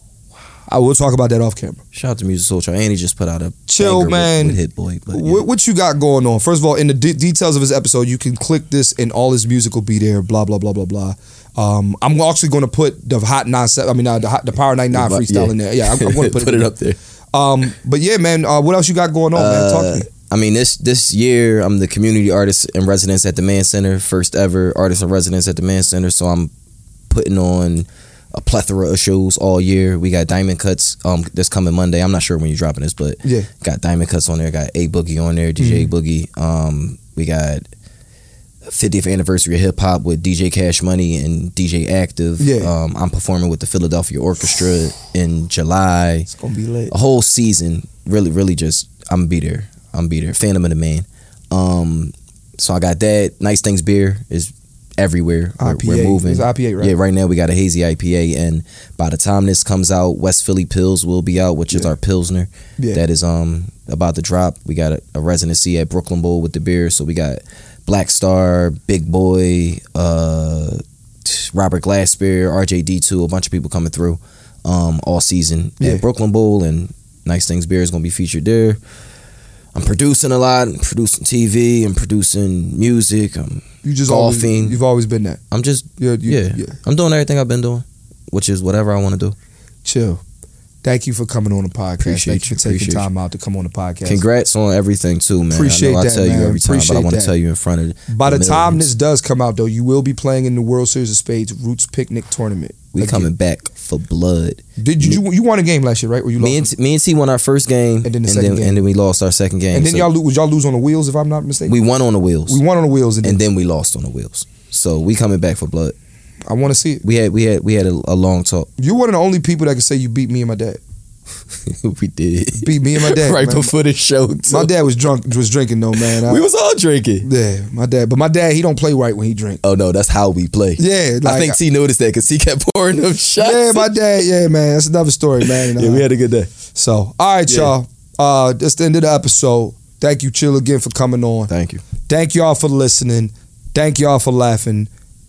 [SPEAKER 3] I will talk about that off camera.
[SPEAKER 4] Shout out to Music Soul Child, and he just put out a
[SPEAKER 3] Chill,
[SPEAKER 4] banger with-
[SPEAKER 3] man.
[SPEAKER 4] with Hit Boy. But yeah.
[SPEAKER 3] What, what you got going on? First of all, in the de- details of his episode, you can click this and all his music will be there. Blah blah blah blah blah. Um, I'm actually going to put the hot nine. I mean, uh, the, hot, the power ninety nine
[SPEAKER 4] Yeah.
[SPEAKER 3] freestyle in there. Yeah, I'm, I'm
[SPEAKER 4] [laughs]
[SPEAKER 3] going to put,
[SPEAKER 4] it up there.
[SPEAKER 3] Um, but yeah, man, uh, what else you got going on, man? Talk to me.
[SPEAKER 4] Uh, I mean, this this year I'm the community artist in residence at the Man Center, first ever artist in residence at the Man Center. So I'm putting on a plethora of shows all year. We got Diamond Cuts um that's coming Monday. I'm not sure when you're dropping this, but
[SPEAKER 3] Yeah. Mm-hmm.
[SPEAKER 4] got Diamond Cuts on there. Got A Boogie on there, DJ Boogie. Um, we got. 50th anniversary of hip hop with DJ Cash Money and DJ Active.
[SPEAKER 3] Yeah.
[SPEAKER 4] Um, I'm performing with the Philadelphia Orchestra in July
[SPEAKER 3] It's gonna be lit.
[SPEAKER 4] a whole season. Really, really just I'm gonna be there. I'm gonna be there. Phantom of the Man. Um, so I got that. Nice Things beer is everywhere. We're-
[SPEAKER 3] IPA.
[SPEAKER 4] We're, moving.
[SPEAKER 3] It's IPA, right?
[SPEAKER 4] Yeah, right now we got a hazy IPA, and by the time this comes out, West Philly Pills will be out, which is
[SPEAKER 3] Yeah.
[SPEAKER 4] our pilsner
[SPEAKER 3] Yeah.
[SPEAKER 4] that is um about to drop. We got a, a residency at Brooklyn Bowl with the beer, so we got Black Star, Big Boy, uh, t- Robert Glasper, RJD2, a bunch of people coming through um all season
[SPEAKER 3] Yeah.
[SPEAKER 4] at Brooklyn Bowl, and Nice Things Beer is gonna be featured there. I'm producing a lot, I'm producing TV, I'm producing music. I'm,
[SPEAKER 3] You just
[SPEAKER 4] Golfing.
[SPEAKER 3] always you've always been that.
[SPEAKER 4] I'm just
[SPEAKER 3] You're, you,
[SPEAKER 4] yeah.
[SPEAKER 3] yeah.
[SPEAKER 4] I'm doing everything I've been doing, which is whatever I want to do.
[SPEAKER 3] Chill. Thank you for coming on the podcast.
[SPEAKER 4] Appreciate
[SPEAKER 3] Thank you
[SPEAKER 4] you,
[SPEAKER 3] for taking
[SPEAKER 4] appreciate
[SPEAKER 3] time out to come on the podcast.
[SPEAKER 4] Congrats on everything too, man.
[SPEAKER 3] Appreciate
[SPEAKER 4] I know I
[SPEAKER 3] that,
[SPEAKER 4] tell
[SPEAKER 3] man.
[SPEAKER 4] you every time, but
[SPEAKER 3] Appreciate
[SPEAKER 4] I want
[SPEAKER 3] that.
[SPEAKER 4] to tell you in front of
[SPEAKER 3] By the
[SPEAKER 4] millions.
[SPEAKER 3] time this does come out, though, you will be playing in the World Series of Spades Roots Picnic Tournament.
[SPEAKER 4] we
[SPEAKER 3] Again.
[SPEAKER 4] coming back for blood.
[SPEAKER 3] Did you, you you won a game last year, right? Or you
[SPEAKER 4] Me and
[SPEAKER 3] lost?
[SPEAKER 4] T, me and T won our first game,
[SPEAKER 3] And then the second game.
[SPEAKER 4] and then we lost our second game.
[SPEAKER 3] And then
[SPEAKER 4] So
[SPEAKER 3] y'all lo- was y'all lose on the wheels, if I'm not mistaken.
[SPEAKER 4] we won on the wheels,
[SPEAKER 3] We, won on the wheels, and,
[SPEAKER 4] and
[SPEAKER 3] then
[SPEAKER 4] then we lost on the wheels. So we coming back for blood.
[SPEAKER 3] I want to see it.
[SPEAKER 4] We had we had we had a, a long talk. [laughs]
[SPEAKER 3] You're one of the only people that can say you beat me and my dad.
[SPEAKER 4] we did
[SPEAKER 3] Beat me and my dad.
[SPEAKER 4] [laughs] right
[SPEAKER 3] man.
[SPEAKER 4] before the show.
[SPEAKER 3] My
[SPEAKER 4] too.
[SPEAKER 3] dad was drunk, was drinking though, man. I,
[SPEAKER 4] we was all drinking.
[SPEAKER 3] yeah, my dad. But my dad, he don't play right when he drink.
[SPEAKER 4] Oh no, that's how we play.
[SPEAKER 3] Yeah, like,
[SPEAKER 4] I think T noticed that because he kept pouring them shots.
[SPEAKER 3] yeah, my dad. Yeah, man, that's another story, man.
[SPEAKER 4] [laughs] yeah, we had a good day.
[SPEAKER 3] so, all right,
[SPEAKER 4] Yeah.
[SPEAKER 3] y'all. Uh, that's the end of the episode. Thank you, Chill, again for coming on.
[SPEAKER 4] Thank you.
[SPEAKER 3] Thank y'all for listening. Thank y'all for laughing.